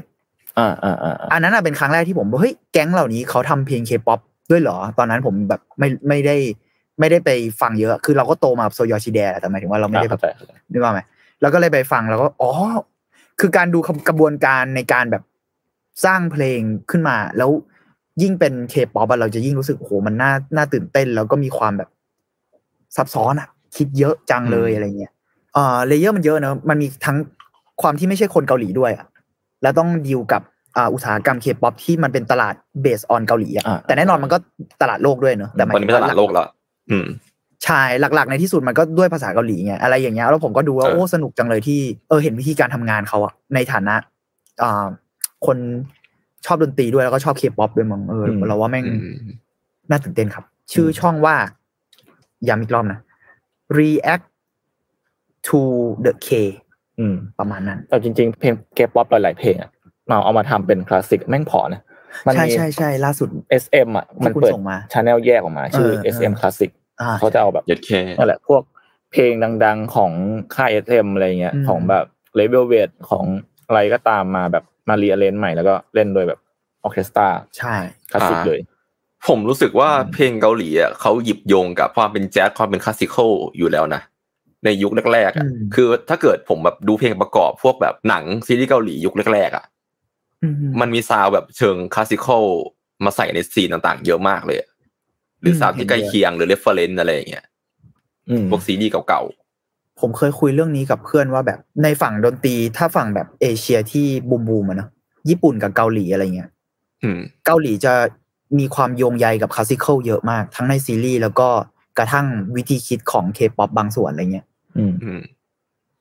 อ่าอ่าอ่าอ่า
อันนั้นอ่ะเป็นครั้งแรกที่ผมบอกเฮ้ยแก๊งเหล่านี้เขาทำเพลงเคป๊อปด้วยเหรอ ตอนนั้นผมแบบไม่ไม่ได้ไม่ได้ไปฟังเยอะ คือเราก็โตมาแบบโซยอชิเดะแต่หมายถึงว่าเราไม่ได้แบ
เข้า
บ
ใจ
นึกว่าไหมแล้วก็เลยไปฟังแล้วก็อ๋อ คือการดูกระบวนการในการแบบสร้างเพลงขึ้นมา แล้วยิ่งเป็นเคป๊อปเราจะยิ่งรู้สึกโอ้โหมันน่าน่าตื่นเต้น แล้วก็มีความแบบซับซ้อนอ่ะ คิดเยอะจังเลยอะไรเงี้ย เอ่อเลเยอร์มันเยอะเนอะมันมีทั้งความที่ไม่ใช่คนเกาหลีด้วยอะแล้วต้องดีลกับอ่าอุตสาหกรรมเคป๊อปที่มันเป็นตลาดเบสออนเกาหลีอะ
อ่า
แต่แน่นอนมันก็ตลาดโลกด้วยเนอะแต่หมย
ตอน
ถึ
นี้
ง
ไม่ตลาดโลกแล้ว อืม
ใช่หลัก ๆ ในที่สุดมันก็ด้วยภาษาเกาหลีไงอะไรอย่างเงี้ยแล้วผมก็ดูว่า
เออ
โอ้สนุกจังเลยที่เออเห็นวิธีการทำงานเขาอะในฐานะอ่าคนชอบดนตรีด้วยแล้วก็ชอบเคป๊อปด้วยมั้งเอออ
ม
เราว่าแม่ง
อืม
น่าตื่นเต้นครับ ชื่อช่องว่าย้ำอีกรอบนะ React to the K
อืม
ประมาณนั้น
แต่จริงๆ เพลงเกป๊อปหลายๆเพลงอะมาเอามาทำเป็นคลาสสิกแม่งเพอนะมัน
ใช่
มี
ใช่ใช่ล่าสุด
SM อ่ะ
ที่
มัน
คุณ
เปิด
ส่งมา
ชาแนลแยกออกมา ชื่อ
เออเออ
SM คลาสสิก
อ่า
เขาจะเอาแบบ
เย็ดเค
นั่นแหละพวกเพลงดังๆของค่ายเอเมอะไรเงี้ย
อืม
ของแบบเลเวลเวทของอะไรก็ตามมาแบบมารีอเลนใหม่แล้วก็เล่นโดยแบบออเคสตรา
ใช่
คลาสสิก
อ่า
เลย
ผมรู้สึกว่า
อืม
เพลงเกาหลีอ่ะเขาหยิบโยงกับความเป็นแจ๊สความเป็นคลาสสิคอลอยู่แล้วนะ ในยุคแรกๆ
อื
อ่ะ
ม
คือถ้าเกิดผมแบบดูเพลงประกอบพวกแบบหนังซีรีส์เกาหลียุคแรกๆอ่ะ
อื
มันมีซาวด์แบบเชิงคลาสสิคอลมาใส่ในซีนต่างๆ เยอะมากเลยอะหรือซาวด์ที่ใกล้เคียงหรือเรฟเฟอเรนซ์อะไรอย่างเงี้ย
อืม
พวกซีรีส์เก่า
ผมเคยคุยเรื่องนี้กับเพื่อนว่าแบบในฝั่งดนตรีถ้าฝั่งแบบเอเชียที่บูมบูมๆอะเนาะญี่ปุ่นกับเกาหลีอะไรเงี้ย
ๆอืม
เกาหลีจะมีความโยงใยกับคลาสสิคอลเยอะมาก ทั้งในซีรีส์แล้วก็กระทั่งวิธีคิดของเคป๊อปบางส่วนอะไรเงี้ย
อืม
อืม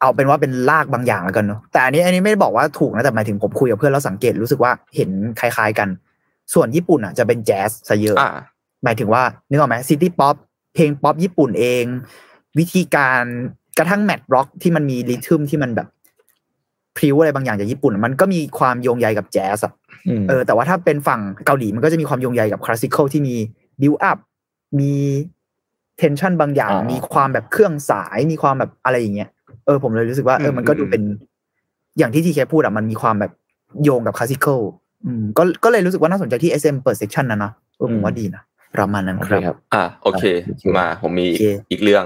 เอาเป็นว่าเป็นลากบางอย่างแล้วกันเนอะแต่อันนี้อันนี้ไม่ได้บอกว่าถูกนะแต่หมายถึงผมคุยกับเพื่อนแล้วสังเกตรู้สึกว่าเห็นคล้ายๆกัน ส่วนญี่ปุ่นอ่ะจะเป็นแจ๊สซะเยอะ
อ่า
หมายถึงว่านึกออกไหมซิตี้ป๊อปเพลงป๊อปญี่ปุ่นเอง วิธีการกระทั่งแมทร็อกที่มันมีริทึมที่มันแบบพริ้วอะไรบางอย่างจากญี่ปุ่น มันก็มีความโยงใยกับแจ๊สอะ
อืม
เออแต่ว่าถ้าเป็นฝั่งเกาหลีมันก็จะมีความโยงใยกับคลาสสิคอลที่มีบิวอัพมีเท tension บางอย่าง
อ่ามี
มีความแบบเครื่องสายมีความแบบอะไรอย่างเงี้ยเออผมเลยรู้สึกว่าเออ
ม
มันก็ดู
อืม
เป็นอย่างที่ทีเคพูดอะมันมีความแบบโยงกับคลาสสิคอลก็ก็เลยรู้สึกว่าน่าสนใจที่ SM เปิดเซ c ชันนะเนาะเออผ
อื
ม
ม
ว่าดีนะประมาณนั้น
โอ
ค
เค
รั
ครับ บ
อ่ะโอเค
โอเค
มาผมมี
โอเค
อีกเรื่อง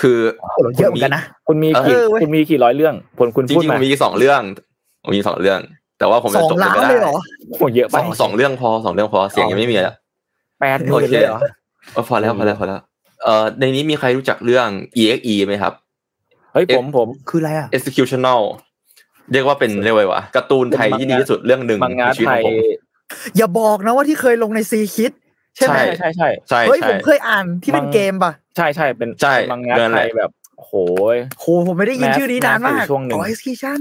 คือ
เราเยอะเหมือนกันนะ
คุณมีกี่
เออเว้ย
คุณมีกี่ร้อยเรื่องผลคุณ
จ
พูด
ริงๆ
มา
ผมมีสองเรื่องผมมีสองเรื่อง แต่ว่าผม
ส
จะ
อง
จบ
ล้าน
ไม่ได้
เลยเหรอ
โอ้เยอะไป
สองสองเรื่องพอสองเรื่องพอเสียงยังไม่มีเลยอะ
แปดห
โอ
มื่น
เค
เลยเหรอ
เออพอแล้วพอแล้วพอแล้วเอ่อในนี้มีใครรู้จักเรื่อง EXE ไหมครับ
เฮ้ยผมผม
คืออะไรอ่ะ
Executional เรียกว่าเป็นเรียกว่าไงวะการ์ตูนไทยที่ดีที่สุดเรื่องหนึ่ง
มังงะ
ในชีวิต
ไท
ขอย งผม
อย่าบอกนะว่าที่เคยลงในซีคิดใช่ไหม
ใช่ใช่ใช่
ใช่
เฮ้ยผ
ใช่
มเคยอ่านที่เป็น
มัง
เกมป่ะ
ใช่ใช่เป็น
ใช่
เป็นมังงะ
เดือน
ไท
แหละ
ยแบบโอ้โห
โหผมไม่ได้ยิน
แมส
ชื่อนี้นานมา
แมสอยู่
ก
ช่วงหนึ่ง
อ๋อเอ็กซ์คิชัน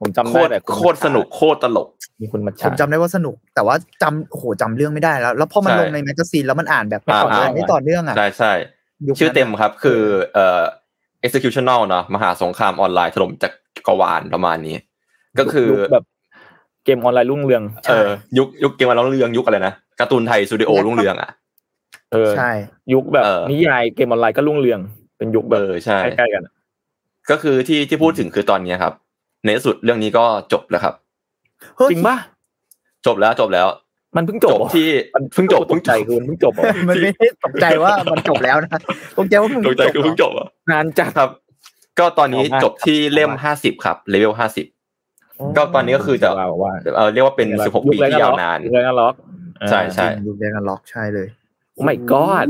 ผมจำ
โค
ได้
ตร
แต่ณ
โคตรสนุกโคตรตลก
มีคุณมัช
ผ
ชาม
จำได้ว่าสนุก แต่ว่าจำโหจำเรื่องไม่ได้แล้ว แล้วพอมัน
ใช่
ลงในแมกกาซีนแล้วมันอ่านแบบ
อ่า
อ่านไม่ต่อเนื่องอ่ะ
ใช่ใช่
ยุคนั้น
ชื่อเต็มครับคือเอ่อ executional เนอะมหาสงครามออนไลน์ถล่มจักรวาลประมาณนี้ ก็คือ
ยุแบบ เกมออนไลน์รุ่งเรือง
เออยุคยุคเกมวันรุ่งเรืองยุคอะไรนะการ์ตูนไทยสตูดิโอรุ่งเรืองอ่ะ
เออ
ใช่
ยุคแบบ
เออ
นิยายเกมออนไลน์ก็รุ่งเรือง เป็นยุคแบ
เอบ อใช่
ใกล้ๆกัน
ก็คือที่ที่พูดถึงคือตอนเนี้ยครับ ในที่สุดเรื่องนี้ก็จบแล้วครับ
เฮ้ย
จริงป่ะ
จบแล้วจบแล้ว
มันเพิ่งจบ
จบ
เหรอ
ที่
มัน
เพิ่งจบ
ต
เพิ่
ก
ง
ใจ
จบ
คือมันเพิ่งจบเหรอ
มันไม่ได้ตกใจว่า มันจบแล้วนะตกใจว่ามึง
ตกใจคือเพิ่ง
จบเหร
จ
อ
บอะ
นานจัด
ครับ ก็ตอนนี้
เอามาก
จบที่เล่มห้าสิบครับเลเวลห้าสิบ ก็ตอนนี้ก็คือจะ
ว่าว่า
เอ่อเรียกว่าเป็นสิบหกปีที่ยาวนาน
เลยนะล็อก
ใช่ใช่
ยุคแดงกันล็อกใช่เลย
ไม่กอด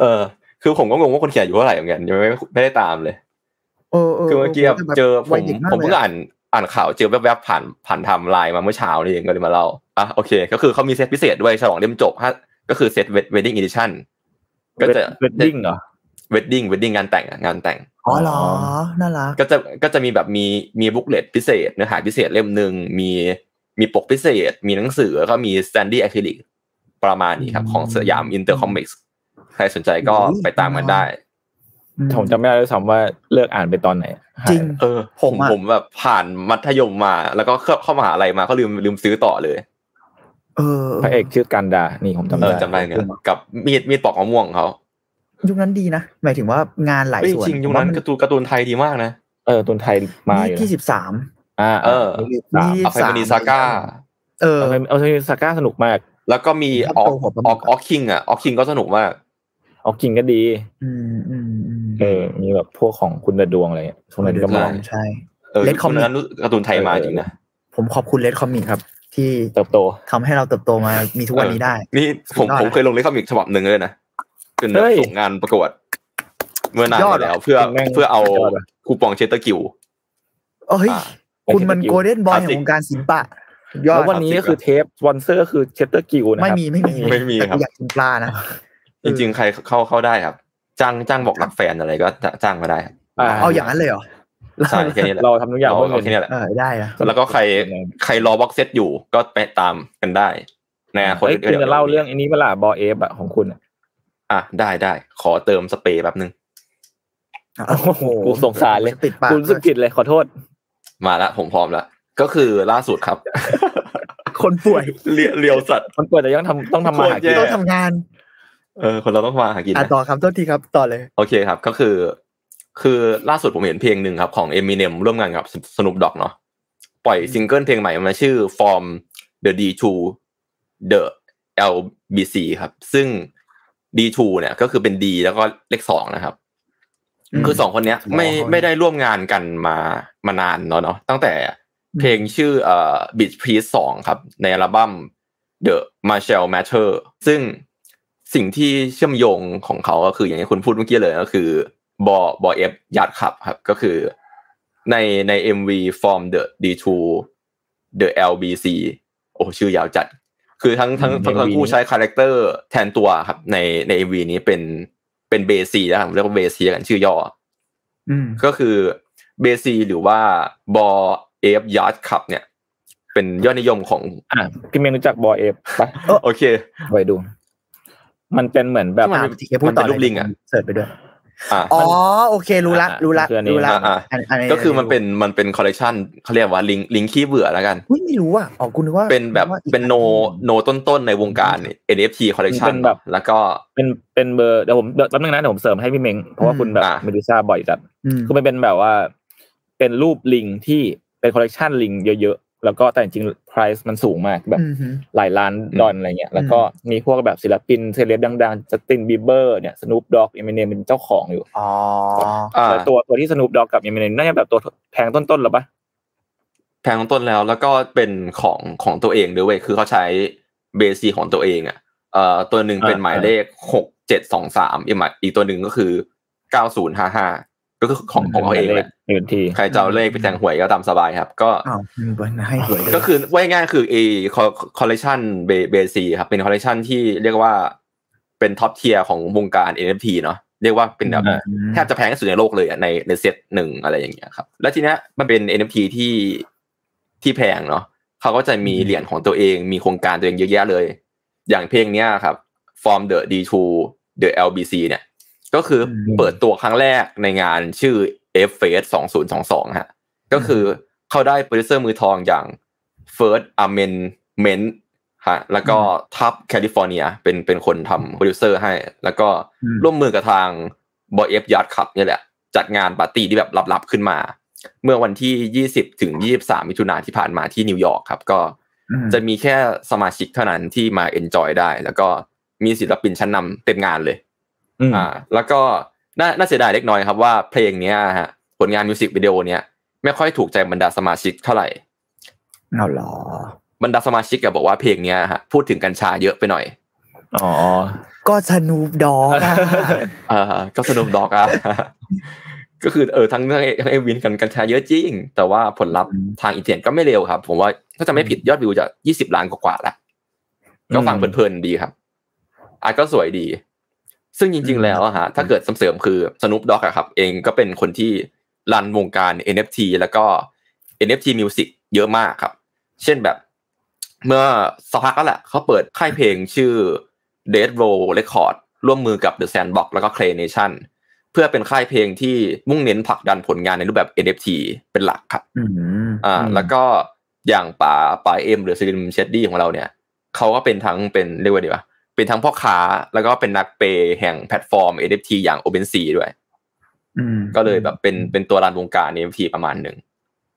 เออ คือผมก็งงว่าคนเขียนอายู่เท่าไหร่เหมือนกันยังไม่ไม่ได้ตามเลย
เออ
คือเมื่อกี้แบบเจอผ
วัย
ม
ด็กาก
ผมเพิ่ง
ลยะ
อ่านอ่านข่าวเจอแวบๆผ่านผ่านไทำไลน์มาเมื่อเช้านี่เองก็เลยมาเล่าอ่ะโอเค ก็คือเขามีเซตพิเศษด้วยฉลองเล่มจบฮะก็คือเซตเวดดิ้งอีดิชั่นก็จะ
wedding เหรอ
เวดดิ้งเวดดิ้งงานแต่งอ่ะงานแต่ง
อ๋อเหรอน่ารัก
ก็จะก็จะมีแบบมีมีบุ๊กเลตพิเศษเนื้อหาพิเศษเล่มหนึ่งมีมีปกพิเศษ มีหนังสือแล้วก็มีสแตนดี้อะคริลิกประมาณนี้ครับ ของสยามอินเตอร์คอมิกส์ใครสนใจก็ไปตามกันได้
อืม
ผมจำไม่ได้ด้วยซ้ำว่าเลิกอ่านไปตอนไหน
จริง
เออผม
ผมอะ
ผมแบบผ่านมัธยมมา แล้วก็เข้าเข้ามหาลัยมาก็ลืมลืมซื้อต่อเลย
เออ
พระเอกชื่อกันดา นี่ผมจำ
เอ
ได้
อจำได้เนี่ยกับมีดมีดปอกมะม่วงของเขา
ยุคนั้นดีนะหมายถึงว่างานหลาย
เฮ้ย
ส่วน
จริงยุคนั้นการ์ตูนการ์ตูนไทยดีมากนะ
เออตุนไทยมา
นี่
อยู่
ที่
นะ
สิบสาม
อ่า
เออ
นี่สาม
นี่
อภัยมณีซาก้า
เออ
เอาไปเอาไปสก้าสนุกมาก
แล้วก็มี
ครับ
ออก
โตหัวป
อ
ระมาณ
อกออกคิงอ่ะออกคิงก็สนุกมาก
ออกกินก็ดี
อืมอืมอืม
เออ มีแบบพวกของคุณดาดวงอะไรช่วงนั้นก็
คุณดา
มา
ดวง
ใช่
เออ
Red
คน
Comic
นั้นรู้การ์ตูนไทยมาจริงนะ
ผมขอบคุณเลดคอมิกครับ ที่
เติบโต
ทำให้เราเติบโตมามีทุกวันนี้ได้
นี่ผมผ
สุดยอดนะ
มเคยลงเลขคอมิกฉบับหนึ่งเลยนะเป็นแบ
เฮ้
บ
ย
ส่งงานประกวด เมื่อนาน
ยอด
มา
อะ
แล้ว เพื่อ
แม่ง
เพื่อเอา
สุดยอดอะ
คูปองเชตเตอร์กิว
เอ้ย
อ่า
คุณมันโกลเด้นบอย
Classic
แห่งวงการศิลปะสุดยอ
แล้
ด
ววันนี้ก็คือเทปสปอนเซอร์ก็คือเชตเตอร์กิวนะ
ไม่
ครับ
มีไม่มี
ไม่มี
แต่
ครับ
กูอยากกินปลานะ
จริงๆ ใครเข้าเข้าได้ครับ จ้างจ้างบอกรักแฟนอะไรก็จ้าจ้างมาได้ครับ
อ่า
เอาอย่างนั้นเลยเหรอ
ใช่แค่นี้แหละ
เราทำทุกอย่าง
เรา
เพื่อ
เอา
เงิน
แค่นี้แหละ
เออได้นะ
แล้วก็ใคร
เงิน
ใครรอบ็อกเซตอยู่ก็ไปตามกันได้ในะคน
เอ้ยคุณจะเล่าเรื่องอันนี้เวลาบอเอฟอะของคุณอะ
อ่ะได้ได้ขอเติมสเปรย์แป๊บนึง
โอ้โห
กูสงสารเลย
ปิดปาก
กูรู้สึกผิดเลยขอโทษ
มาละผมพร้อมละก็คือล่าสุด ครับ
คนป่วย
เลียวเลียวสัตว์
มันเปิดแต่ยังทำต้องทำมาหา
โคตร
กิ
แย่
น
ต้องทำงาน
เออคนเราต้องมาหากิน
อ่ะ
นะ
ต่อครับโทษทีครับต่อเลย
โอเคครับก็คือ คือล่าสุดผมเห็นเพลงหนึ่งครับ ของเอมิเนมร่วมงานกับสนุปดอกเนาะปล่อยซิงเกิลเพลงใหม่มาชื่อ From the D2 the LBC ครับ ซึ่ง D2 เนี่ยก็คือเป็น D แล้วก็เลขสองนะครับ
อืม
คือสองคนเนี้ยไม่
สองคน
ไม่ได้ร่วมงานกันมามานานเนาะเนาะตั้งแต่เพลงชื่อเอ่อ Beat Please สองครับ ในอัลบั้ม The Marshall Matter ซึ่งสิ่งที่เชื่อมโยงของเขาก็คืออย่างที่คุณพูดเมื่อกี้เลยก็คือบอบอเอฟยาดขับครับ ก็คือในใน MV From the D2 the LBC โอ้ชื่อยาวจัด คือทั้งทั้งทั้งทั้งคู่ใช้คาแรคเตอร์แทนตัวครับ ในใน MV นี้เป็นเป็นเบซีนะครับผมเรียกว่าเบซีกันชื่อย่อ
อืม
ก็คือเบซีหรือว่าบอเอฟยาร์ดขับเนี่ย เป็นยอดนิยมของ
อ่ะพี่เมย์รู้จักบอเอฟปะ
โอเค
ไปดู มันเป็นเหมือนแบบ
ที่มัน
อ่ะทีเคพูดต่อ
มันเป็นรูปลิงอะ
เสิร์ชไปด้วย
อ่า
อ๋อโอเครู้ละ
อ่ะ
รู้ละ
คืออันนี้
รู้ละ
อ่ะอ่ะ
นน
ก็คือมันเป็นมันเป็นคอลเลกชันเขาเรียกว่าลิงลิงขี้เบื่อแล้วกัน
อุ๊ยไม่รู้อ่ะอ๋อกูนึกว่า
เป็นแบบ
ว่าอีก
เป็นโนโนต้นๆในวงการ NFT คอลเลกชั
เป็น นแบบ
แล้วก็
เป็นเป็นเบอร์เดี๋ยวผมเดี๋ยวแป๊บนึงนะเดี๋ยวผมเสริมให้พี่เมงเพราะว่าคุณแบบเมดิซ่าบ่อยจัด
อืม
คือมันเป็นแบบว่า เป็นรูปลิงที่เป็นคอลเลกชันลิงเยอะๆ แล้วก็แต่จริงๆ price มันสูงมากแบบ
อืมฮึ
หลายล้านดอลลาร์อะไรเงี้ย แล้วก็มีพวกแบบศิลปินเซเลบดังๆ จัสตินบีเบอร์เนี่ยสนูปด็อกเอมิเนมเป็นเจ้าของอยู่
อ๋อ
อ่า
แล้วตัวตัวที่สนูปด็อกกับเอมิเนมน่าจะแบบตัวแพงต้นๆหรอปะ
แพงต้นแล้วแล้วก็เป็นของของตัวเองด้วยเว้ยคือเขาใช้เบสีของตัวเองอ่ะเอ่อตัวหนึ่งเป็นหมายเลขหกเจ็ดสองสามอีกหมายอีกตัวหนึ่งก็คือเก้าศูนย์ห้าห้าก็คือของของเขาเองแหละ
หนึ่งที
ใครจะเอาเลขไปแทงหวยก็ตามสบายครับ ก็
อ้าวมันเป็นให้หวยเลย
ก็คือว่าง่ายๆคือเอคอลเลกชันเบซีครับเป็นคอลเลกชันที่เรียกว่าเป็นท็อปเทียร์ของวงการ NFT เนาะเรียกว่าเป็นแบบ
อ่า
แทบจะแพงที่สุดในโลกเลยอะในในเซตหนึ่งอะไรอย่างเงี้ยครับ แล้วทีเนี้ยมันเป็น NFT ที่ที่แพงเนาะเขาก็จะมีเหรียญของตัวเองมีโครงการตัวเองเยอะแยะเลย อย่างเพลงเนี้ยครับ From the D2 the LBC เนี่ยก็คือเปิดตัวครั้งแรกในงานชื่อ F Face 2022ฮะ ก็คือเขาได้โปรดิวเซอร์มือทองอย่างเฟิร์สอเมนเมนฮะแล้วก็ทับแคลิฟอร์เนียเป็นเป็นคนทำโปรดิวเซอร์ให้ แล้วก็
ม
ร่วมมือกับทางบอยเอฟยาร์ดคับเนี่ยแหละ จัดงานปาร์ตี้ที่แบบลับๆขึ้นมา เมื่อวันที่ 20 ถึง 23 มิถุนายนที่ผ่านมาที่นิวยอร์กครับ ก็
อืม
จะมีแค่สมาชิกเท่านั้นที่มาเอนจอยได้ แล้วก็มีศิลปินชั้นนำเต็มงานเลย อ่าแล้วก็น่าน่าเสียดายเล็กน้อยครับว่าเพลงเนี้ยฮะผลงานมิวสิกวิดีโอเนี้ยไม่ค่อยถูกใจบรรดาสมาชิกเท่าไหร่
เอาเหรอบ
รรดาสมาชิกอะบอกว่าเพลงเนี้ยฮะพูดถึงกัญชาเยอะไปหน่อย
อ๋ อ
ก็สนูปดอก อะ
อ่าก็สนุกดอกอะ ก็คือเออทั้งเรื่องทั้งเอวินกันกัญชาเยอะจริง แต่ว่าผลลัพธ์
อืม
ทางอินเทอร์เน็ตก็ไม่เร็วครับ ผมว่าถ้าจะไม่ผิดยอดวิวจะยี่สิบล้านกว่าๆแล้วก็ฟัง
อืม
เพลินๆดีครับอาร์ตก็สวยดี ซึ่งจริง ๆ แล้วอะฮะถ้าเกิดเสริมๆคือสนุปด็อกอะครับ เองก็เป็นคนที่รันวงการ NFT แล้วก็ NFT Music เยอะมากครับ เช่นแบบเมื่อสักพักก็แหละเขาเปิดค่ายเพลงชื่อ Dead Row Record ร่วมมือกับ The Sandbox แล้วก็ Clay Nation เพื่อเป็นค่ายเพลงที่มุ่งเน้นผลักดันผลงานในรูปแบบ NFT เป็นหลักครับ
อืม
อ่า
อืม
แล้วก็อย่างป่าป่าเอ็มหรือซิลิมเชดดี้ของเราเนี่ยเขาก็เป็นทั้งเป็นเรียกว่าดีวะเป็นทั้งพ่อค้าแล้วก็เป็นนักเปย์แห่งแพลตฟอร์ม NFT อย่าง OpenSea ด้วย
อืม
ก็เลยแบบเป็นเป็นตัวรันวงการ NFT ประมาณหนึ่ง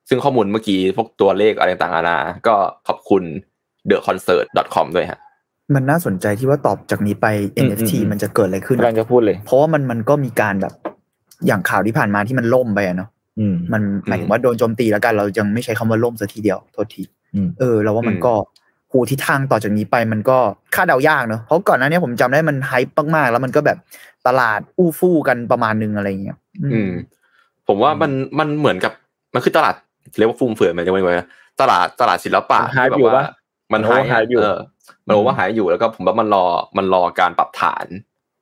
ซึ่งข้อมูลเมื่อกี้พวกตัวเลขอะไรต่างๆนานาก็ขอบคุณ theconcert.com ด้วยฮะ
มันน่าสนใจที่ว่าตอบจากนี้ไป
อืม
NFT
อืม
มันจะเกิดอะไรขึ้น
กำลังจะพูดเลย
เพราะว่ามันมันก็มีการแบบอย่างข่าวที่ผ่านมาที่มันล่มไปอะเนาะ
อืม
มันหมายถึงว่าโดนโจมตีแล้วกันเรายังไม่ใช้คำว่าล่มซะทีเดียวโทษที
อืม
เออเราว่ามัน
อืม
ก็โหูทิศทางต่อจากนี้ไปมันก็คาดเดายากเนาะเพราะก่อนหน้าเนี้ผมจำได้มันไฮป์มากๆแล้วมันก็แบบตลาดอู้ฟู่กันประมาณนึงอะไรอย่างเงี้ยอืม
อืม ผมว่ามันมันเหมือนกับมันคือตลาดเรียกว่าฟุ่มเฟือยไหมันเรียกว่าไงนะตลาดตลาดศิลปะ
มันหาย
ที่
อยู่ปะ
แบบว่ามั
มัน
น
โอ้
หาย
หายอยู่
เออมันโอว่าหายอยู่แล้วก็ผมว่ามันรอมันรอการปรับฐาน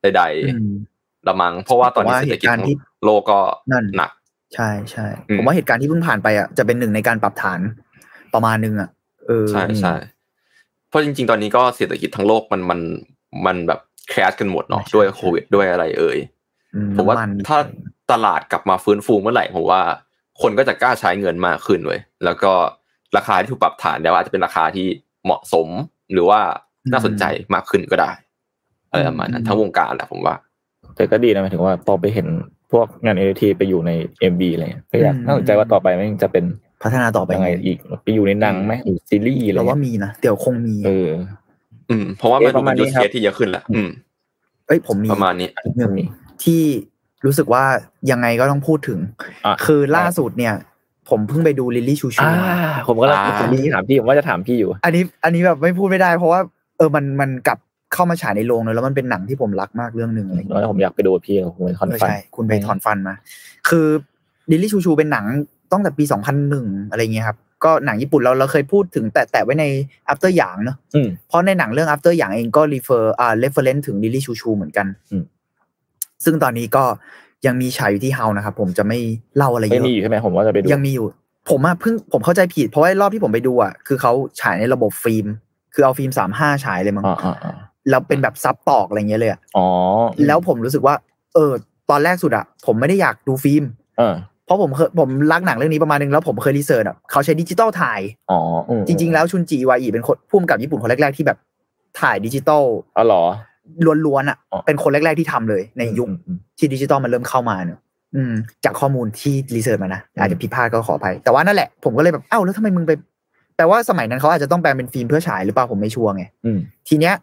ใดๆละมัง เพราะว่าตอนนี้
ผม
เศ
ว่า
รษฐกิจ
เหตุการณ์ที่
ของโลกก็
นั่น
หนัก
ใช่ใช่
อืม
ผมว่าเหตุการณ์ที่เพิ่งผ่านไปอ่ะจะเป็นหนึ่งในการปรับฐานประมาณนึงอ่ะเออ
ใช่ใช่เพราะจริง ๆ ตอนนี้ก็เศรษฐกิจทั้งโลกมันมันมันแบบแคชกันหมดเนาะด้วยโควิดด้วยอะไรเอ่ย
อื
ผมว่า
น้ำน
ถ้าตลาดกลับมาฟื้นฟูเมื่อไหร่ผมว่าคนก็จะกล้าใช้เงินมากขึ้นเว้ยแล้วก็ราคาที่ถูกปรับฐานแล้วอาจจะเป็นราคาที่เหมาะสมหรือว่าน่าสนใจมากขึ้นก็ได้อะไรประมาณนั้นทั้งวงการแหละผมว่า
แต่ก็ดีนะหมายถึงว่าพอไปเห็นพวกงาน NFT ไปอยู่ใน MV อะไรเงี้ยก็อยากน่าสนใจว่าต่อไปมันจะเป็น
พัฒนาต่อไป
ยังไงอีกไปอยู่ในหนังไหมหรือซีรีส์อะไร
เราว่า
เงี้ย
มีนะเดี๋ยวคงมี
เออ
อืมเพราะว่ามัน
เอ๊ะประมาณ
เป็นยู
นี้
ส
ครับ
เคสที่เยอะขึ้นแหละอืม
เอ้ยผมมี
ประมาณนี้
อีกหนึ่งที่รู้สึกว่ายังไงก็ต้องพูดถึง
อ่ะ
คือล่าสุดเนี่ย ผมเพิ่งไปดูลิลลี่ชูชู
อ่า
มา
ผมก็ลัง
อ่า
ผมมีที่ถามพี่ผมว่าจะถามพี่อยู่
อันนี้อันนี้แบบไม่พูดไม่ได้ เพราะว่าเออมันมันกลับเข้ามาฉายในโรงเลยแล้วมันเป็นหนังที่ผมรักมากเรื่องหนึ่งอะไรอย่างเงี้ย
แล้วผมอยากไปดูพี่ผมเป็นคอน
ไม่
ฟัน
ใช่คุณไปถอนฟันมา คือดิลลี่ชูชูเป็นหนังตั้งแต่ปี 2001 อะไรเงี้ยครับ ก็หนังญี่ปุ่นเราเราเคยพูดถึงแต่แต่ไว้ใน after อย่างเนอะ
อืม
เพราะในหนังเรื่อง after อย่างเองก็ refer อ่า reference ถึงดิลลี่ชูชูเหมือนกัน
อืม
ซึ่งตอนนี้ก็ยังมีฉายอยู่ที่เฮานะครับ ผมจะไม่เล่าอะไรเย
ไม่
อะ
มีอยู่ใช่ไหมผมว่าจะไปดู
ยังมีอยู่ ผมอะเพิ่งผมเข้าใจผิด เพราะว่ารอบที่ผมไปดูอะคือเขาฉายในระบบฟิล์ม คือเอาฟิล์ม 35 ฉายเลยมั้ง
อ่าอ่าอ่า
แล้วเป็นแบบซับตอกอะไรเงี้ยเลยอะ
อ๋อ
แล้วผมรู้สึกว่า เออ ตอนแรกสุดอะผมไม่ได้อยากดูฟิล์ม
เออ
เพราะผมเคยผมรักหนังเรื่องนี้ประมาณนึงแล้วผมเคยรีเสิร์ชอะเขาใช้ดิจิตอลถ่าย
อ๋ออืม
จริง ๆ แล้วชุนจิวาอิเป็นคนพุ่มกับญี่ปุ่นคนแรก ๆ ที่แบบถ่ายดิจิตอล
อ๋อเหรอ
ล้วนๆอะ
อ๋อ
เป็นคนแรก ๆ ที่ทำเลยในยุคที่ดิจิตอลมันเริ่มเข้ามาเนอะอืม จากข้อมูลที่รีเสิร์ชมานะอาจจะผิดพลาดก็ขออภัย แต่ว่านั่นแหละผมก็เลยแบบเอ้าแล้วทำไมมึงไปแปลว่าสมัยนั้นเขาอาจจะต้องแปลงเป็นฟิล์มเพื่อฉายหรือเปล่าผมไม่ชัวร์ไง
อืม
ทีเนี้ย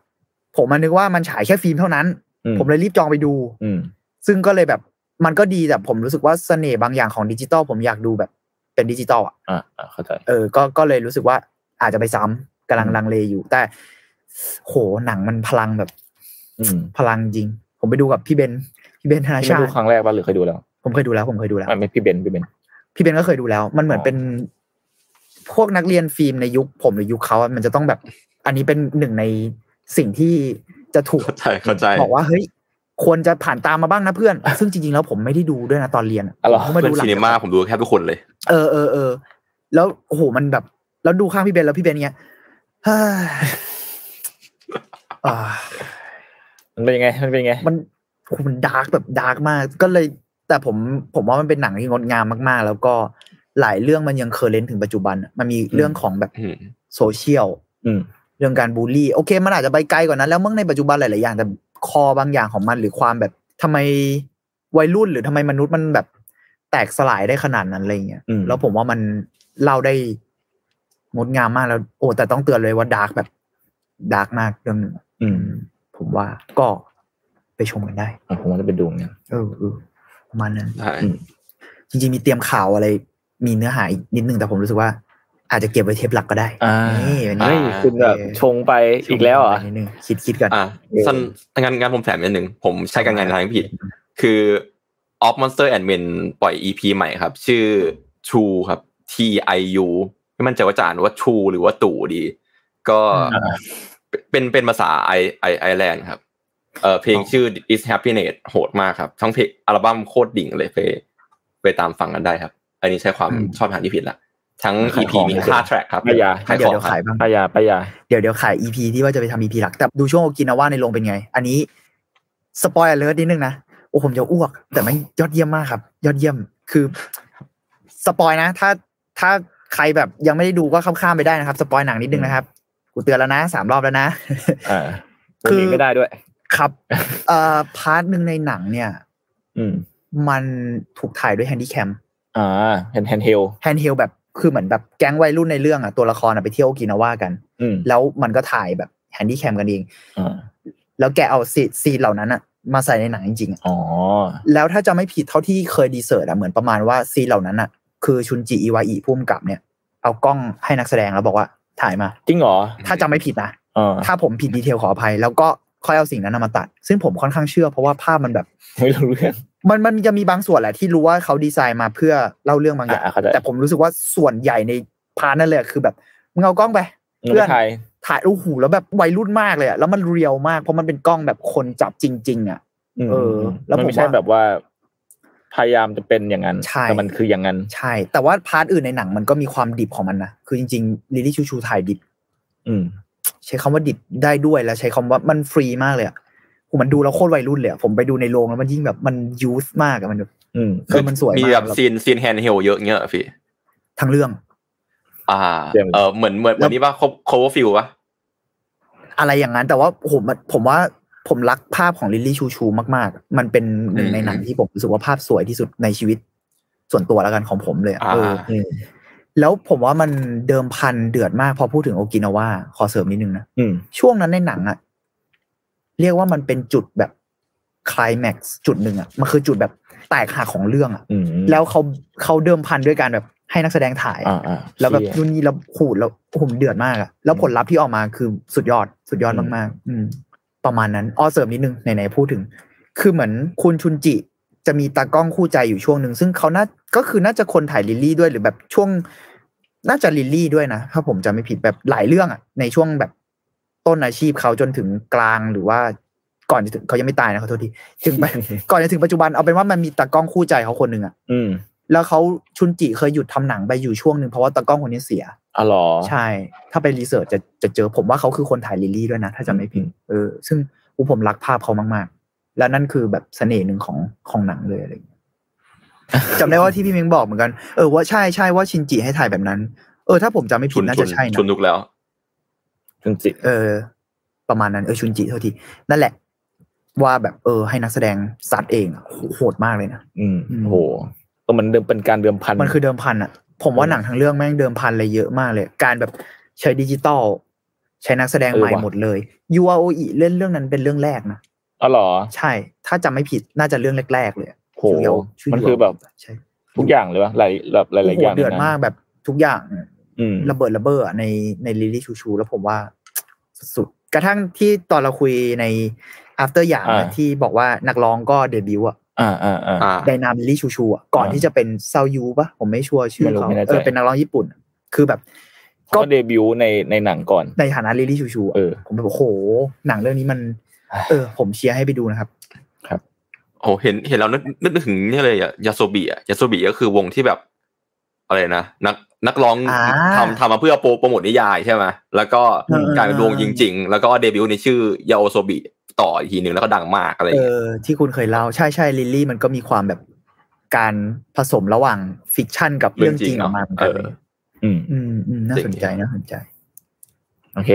ผมมันนึกว่ามันฉายแค่ฟิล์มเท่านั้น
อืม
ผมเลยรีบจองไปดู
อืม
ซึ่งก็เลยแบบมันก็ดีแต่ผมรู้สึกว่าเสน่ห์บางอย่างของดิจิตอลผมอยากดูแบบเป็นดิจิตอลอ่ะ
อ่าอ่าเข้าใจ
เออก็ก็เลยรู้สึกว่าอาจจะไปซ้ำกำลังลังเลอยู่ แต่โหหนังมันพลังแบบ
อืม
พลังจริง ผมไปดูกับพี่เบนพี่เบนธนา
ที่ไม่
ชา
ดู
ติ
ครั้งแรกป่ะหรือเคยดูแล้ว
ผมเคยดูแล้ว ผมเคยดูแล้ว
ไม่ไม่พี่เบนซ์พี่เบนซ์
พี่เบนก็เคยดูแล้ว มันเหมือน
อ๋อ
เป็นพวกนักเรียนฟิล์มในยุคผมหรือยุคเขาอะมันจะต้องแบบ อันนี้เป็นหนึ่งในสิ่งที่จะถูก
เข้าใจเข้าใจ
บอกว่าเฮ้ยควรจะผ่านตามมาบ้างนะ เพื่อน ซึ่งจริงๆแล้วผมไม่ได้ดูด้วยนะตอนเรียนอะ
อ๋อเหรอ
ผม
เพื่อน
มาดูหลั
ซี
ง
นีมาผมดูแค่ทุกคนเลย
เออเออเออแล้วโอ้โหมันแบบแล้วดูข้างพี่เบนแล้วพี่เบนเงี้ย เฮ้ยอ่า
มันเป็นยังไงมันเป็นยังไง
มันโอ้โหมันดาร์กแบบดาร์กมาก ก็เลย แต่ผมผมว่ามันเป็นหนังที่งดงามมากๆ แล้วก็หลายเรื่องมันยังเคอร์เรนต์ถึงปัจจุบันอะมันมีเรื่องของแบบ
อืม
โซเชียล
อืม
เรื่องการบูลลี่ โอเค มันอาจจะไปไกลกว่านั้นแล้วมั้งในปัจจุบันหลาย ๆ อย่าง แต่คอบางอย่างของมันหรือความแบบทำไมวัยรุ่นหรือทำไมมนุษย์มันแบบแตกสลายได้ขนาดนั้นอะไรเงี้ย
อืม
แล้วผมว่ามันเล่าได้งดงามมากแล้ว โอ้แต่ต้องเตือนเลยว่าดาร์กแบบดาร์กมากเรื่องหนึ่ง
อืม
ผมว่าก็ไปชมกันได้
อ่ะผมว่าจะไปดูเหมือนกัน
เออเออประมาณนั้น
ใช่
อืม
จริง ๆ มีเตรียมข่าวอะไร มีเนื้อหาอีกนิดนึงแต่ผมรู้สึกว่า อาจจะเก็บไว้เทปหลักก็ได้
อ่า
นี่วัน
เฮ้ย
นี้
คุณแบบชงไปอีกแล้วเหรอ่ะ
นิดนึงคิดคิดๆก่อน
อ่ะสั้นงานงานผมแถมนิดหนึ่งผมใช้การงานทางผิด คือ Off Monster and Men ปล่อย EP ใหม่ครับ ชื่อ True ครับ T I U ไม่มั่นใจว่าจะอ่านว่า True หรือว่าตู่ดี ก็
อ่า
เป็นเป็นภาษาไอไอไอแลนด์ครับเอ่อเพลงชื่อ Is Happiness โหดมากครับ ทั้งเพลงอัลบั้มโคตรดิ่งเลยไปไปตามฟังกันได้ครับ อันนี้ใช้ความ
อืม
ชอบหาที่ผิดละทั้ง
ขาย
EP
ของ
มี
ด้วย
ห้าแทร็กครับ
ไม่อยาก
ขาย
เดี๋
ข
ยว
องค
เดี๋ยวขา
รับ
ยบ้าง
ปายาปายา
เดี๋ยวเดี๋ยวขาย EP ที่ว่าจะไปทำ EP หลัก แต่ดูช่วงโอกินาว่าในโรงเป็นไง อันนี้สปอยเลอร์นิดนึงนะ โอ้ผมจะอ้วก แต่ไม่งยอดเยี่ยมมากครับ ยอดเยี่ยมคือสปอยนะ ถ้าถ้าใครแบบยังไม่ได้ดูก็ข้ามๆไปได้นะครับ สปอยหนังนิดนึงนะครับ กูเตือนแล้วนะสามรอบแล้วนะ
อ่า
คื
ห
อ
นีไม่ได้ด้วย
ครับเอ่อพาร์ทหนึ่งในหนังเนี่ย
อืม
มันถูกถ่ายด้วยแฮนดี้แคม
อ่าแฮนด์แฮนด์เฮล
แฮนด์เฮลแบบคือเหมือนแบบแก๊งวัยรุ่นในเรื่องอะตัวละครอะไปเที่ยวโอกินาว่ากัน
อืม
แล้วมันก็ถ่ายแบบแฮนดี้แคมกันเอง
อ่า
แล้วแกเอาซีซีนเหล่านั้นอะมาใส่ในหนังจริงๆอะ
อ๋อ
แล้วถ้าจะไม่ผิดเท่าที่เคยดีเซิร์ตอะเหมือนประมาณว่าซีนเหล่านั้นอะคือชุนจิอิวาอิพุ่มกับเนี่ย เอากล้องให้นักแสดงแล้วบอกว่าถ่ายมา
จริงเหรอ
ถ้าจะไม่ผิดนะ
อ่า
ถ้าผมผิดดีเทลขออภัย แล้วก็ค่อยเอาสิ่งนั้นนะมาตัด ซึ่งผมค่อนข้างเชื่อเพราะว่าภาพมันแบบ
ไม่รู้เรื่อง
มันมันจะมีบางส่วนแหละที่รู้ว่าเขาดีไซน์มาเพื่อเล่าเรื่องบางอย่าง
อ่าเข้าใจ
แต่ผมรู้สึกว่าส่วนใหญ่ในพาร์ทนั่นเลยอะคือแบบมึงเอากล้องไป
เพื่อนไทย
ถ่ายโอ้โหแล้วแบบวัยรุ่นมากเลยอะแล้วมันเรียวมากเพราะมันเป็นกล้องแบบคนจับจริง ๆอะ
ม
เออแล้ว
มันไม่
ผมว่า
ใช่แบบว่า พยายามจะเป็นอย่างนั้น
ใช่
แต่มันคืออย่างนั้น
ใช่ แต่ว่าพาร์ทอื่นในหนังมันก็มีความดิบของมันนะคือจริงๆลิลี่ชูชูถ่ายดิบ
อืม
ใช้คำว่าดิบได้ด้วยแล้วใช้คำว่ามันฟรีมากเลยอะโหมันดูแล้วโคตรวัยรุ่นเลยอะผมไปดูในโรงแล้วมันยิ่งแบบมันยูสมากอะมันแบบ
อืม
เออมันสวย
มี
มาก
แบบ
แล้ว
ซีนซีนแฮนด์เฮลเยอะเงี้ยอะพี่
ทั้งเรื่อง
อ่า
เรื่อง
เออเหมือนเหมือนเหมือนนี่ว่าโคเวอร์ฟิลปะ
อะไรอย่างนั้น แต่ว่าผมมันผมว่าผมรักภาพของลิลลี่ชูชูมากๆ มันเป็นหนึ่งในหนังที่ผมรู้สึกว่าภาพสวยที่สุดในชีวิตส่วนตัวแล้วกันของผมเลยอะ
อ่า
เออ แล้วผมว่ามันเดิมพันเดือดมากพอพูดถึงโอกินาวาขอเสริมนิดนึงนะ
อืม
ช่วงนั้นในหนังอะเรียกว่ามันเป็นจุดแบบคลายแม็กซ์จุดหนึ่งอะมันคือจุดแบบแตกหักของเรื่องอะ
อืม
แล้วเขาเขาเดิมพันด้วยการแบบให้นักแสดงถ่าย
อ่าอ่า
แล้วแบบ
เชี่ย
นู่นนี่แล้วขูดแล้วผมเดือดมากอะแล้วผลลัพธ์ที่ออกมาคือสุดยอดสุดยอด
อืม
มากๆ อืม ประมาณนั้นอ้อเสริมนิดนึงไหนๆพูดถึง คือเหมือนคุณชุนจิ จะมีตากล้องคู่ใจอยู่ช่วงหนึ่งซึ่งเขาน่าก็คือน่าจะคนถ่ายลิลลี่ด้วยหรือแบบช่วง น่าจะลิลลี่ด้วยนะถ้าผมจำไม่ผิดแบบหลายเรื่องอะในช่วงแบบต้นอาชีพเขาจนถึงกลางหรือว่าก่อนจะถึงเขายังไม่ตายนะขอโทษทีถึงไป ก่อนจะถึงปัจจุบันเอาเป็นว่ามันมีตากล้องคู่ใจเขาคนหนึ่งอะ
อืม
แล้วเขาชุนจิเคยหยุดทำหนังไปอยู่ช่วงหนึ่งเพราะว่าตากล้องคนนี้เสีย
อ๋อเหรอ
ใช่ ถ้าไปรีเสิร์ชจะจะเจอผมว่าเขาคือคนถ่ายลิลลี่ด้วยนะ ถ้าจำไม่ผิดเออซึ่งอู้ผมรักภาพเขามาก ๆ และนั่นคือแบบเสน่ห์หนึ่งของของหนังเลยอะไรอย่าง เงี้ย จำได้ว่าที่พี่มิงบอกเหมือนกันเออว่าใช่ใช่ว่าชินจิให้ถ่ายแบบนั้น เออถ้าผมจำไม่
ชุ
ผิด
น
น่า
ชุ
จะ
น
ใช่
ชุน
นะ
ลุกแล้ว
จุนจิ
เออ ประมาณนั้นเออชุนจิเท่าทีนั่นแหละ ว่าแบบเออ ให้นักแสดงสัตว์เองอะโหโหดมากเลยนะ
อืม
อืม
โอ้โหก็มันเดิมเป็นการเดิมพัน
มันคือเดิมพันอะผมว่าหนังทั้งเรื่องแม่งเดิมพันอะไรเยอะมากเลย การแบบใช้ดิจิตอลใช้นักแสดง
เออ
ใหม่
ว่ะ
หมดเลยยูอาโออิเล่นเรื่องนั้นเป็นเรื่องแรกนะ
อ๋อเหรอ
ใช่ ถ้าจำไม่ผิดน่าจะเรื่องแรก ๆ เลย
โห
ชื่อเดียวชื่
มัน
เดียว
คือแบบ
ใช่
ทุกอย่างเลยวะหลายแบบหลายๆ
โอ้
อ
โห
ย่าง
เดือด
ในนั้น
มากแบบทุกอย่าง
อืม
ระเบิดระเบ้ออะในในลิลี่ชูชูแล้วผมว่าสุดๆกระทั่งที่ตอนเราคุยใน after อย่าง
อ่า
ที่บอกว่านักร้องก็เดบิวต์อะ
อ่าอ่าอ่า
อ่า
ไดนามลิลี่ชูชูอ่ะก่อน
อ่า
ที่จะเป็นเซายูปะผมไม่ชัวร์ชื่อ
ไม่รู้
เขา
ไม่แน่ใจ
เออเป็นนักร้องญี่ปุ่น คือแบบ
ก็เดบิวต์ในในหนังก่อน
ในฐานะลิลี่ชูชูอะ
เออ
ผมแบบโอ้โห หนังเรื่องนี้มัน เออ ผมเชียร์ให้ไปดูนะครับ
โอ้เห็นเห็นแล้วนึกนึกถึงเนี่ยเลยอะยาโซบีอะยาโซบีก็คือวงที่แบบ อะไรนะนักนักร้อง
อ่า
ทำทำมาเพื่อโปรโปรโมทนิยายใช่ไหมแล้วก็
เออ
กลายเป็นวงจริง ๆ แล้วก็เดบิวต์ในชื่อยาโอโซบีต่ออีกทีหนึ่งแล้วก็ดังมากอะไรอ
เอย่าง
เงี้ย
อ ที่คุณเคยเล่าใช่ใช่ลิลี่มันก็มีความแบบการผสมระหว่างฟิกชันกับเรื่องจริงออกมาเหมือน
เออ
กันเลย
อืม
อืมอืมน่า
จริง
สนใจน่าสนใจ
โอเค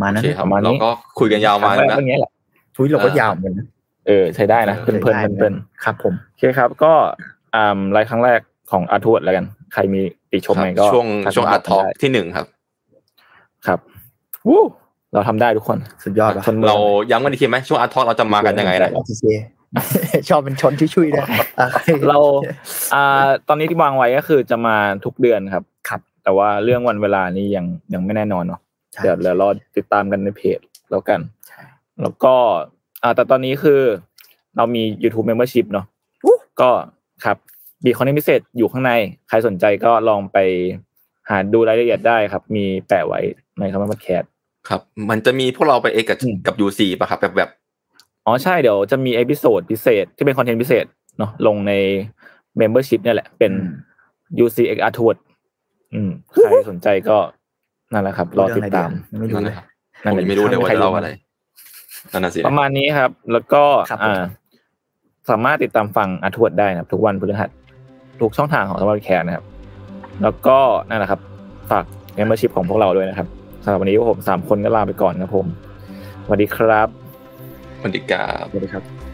มา
โอ
นั้น
เคครับ
ประมาณนี้
เราก็คุยกันยาวมา
ครั้
แล้
ง
ว
แรก
นะ
เป็นไงแหละ
ทุยเราก็
เออ
ยาวเหมือนกัน
เออใช้ได้นะเพลินเพลิน
ได้
เพลิน
ครับผม
ๆโอเคครับ ก็อ่ารายครั้งแรกของอาร์ทวดแล้วกัน ใครมีติชมไหมก็
ช่วง
ทัก
ช่วง
ม
อาร์ท
ได้
ท็อกที่หนึ่งครับ
ครับวู้เราทำได้ทุกคน
สุดยอดว่ะ
ชน
เราย้ำกันอีกทีไหมช่วงอาร์ทท็อกเราจะมากันยังไงนะ
โอเค ชอบเป็นชนที่ช่วยด้วยอ่ะ
เราอ่าตอนนี้ที่วางไว้ก็คือจะมาทุกเดือนครับ
ครับ
แต่ว่าเรื่องวันเวลานี่ยังยังไม่แน่นอนเนาะ
ใช่
เดี๋ยวเดี๋ยวรอติดตามกันในเพจแล้วกัน
ใช่
แล้วก็อ่าแต่ตอนนี้คือเรามี YouTube Membership เนาะ
อู้
ก็ครับมีคอนเทนต์พิเศษอยู่ข้างใน ใครสนใจก็ลองไปหาดูรายละเอียดได้ครับ มีแปะไว้ในคำว่าแคส
ครับ มันจะมีพวกเราไปเอกกับ
อืม
กับยูซีป่ะครับแบบแบบ
อ๋อใช่เดี๋ยวจะมีเอพิโซดพิเศษที่เป็นคอนเทนต์พิเศษเนาะลงใน Membership เนี่ยแหละ เป็น
อืม
UCX a r t w o r d อืมใครสนใจก็นั่นแหละครับ รอติดตาม
เรื่องอะไรเดี๋ยวไม่รู้
นั่น
เล
นะ
ย
ค
นั่นแหละใค
รับผมไม่รู้เลยว่าจะเล่าอะไรนั่นน่ะสิ
ประมาณนี้ครับ แล้วก็
ครับผม
อ่าสามารถติดตามฟังอาทวดได้นะครับ ทุกวันพฤหัสทุกช่องทางของสมาร์ทแคร์นะครับ แล้วก็นั่นแหละครับ ฝากเมมเบอร์ชิพของพวกเราด้วยนะครับสำหรับวันนี้พวกผมสามคนก็ลาไปก่อนครับผมสวัสดีครับ
มันดิกา
สวัสดีครับ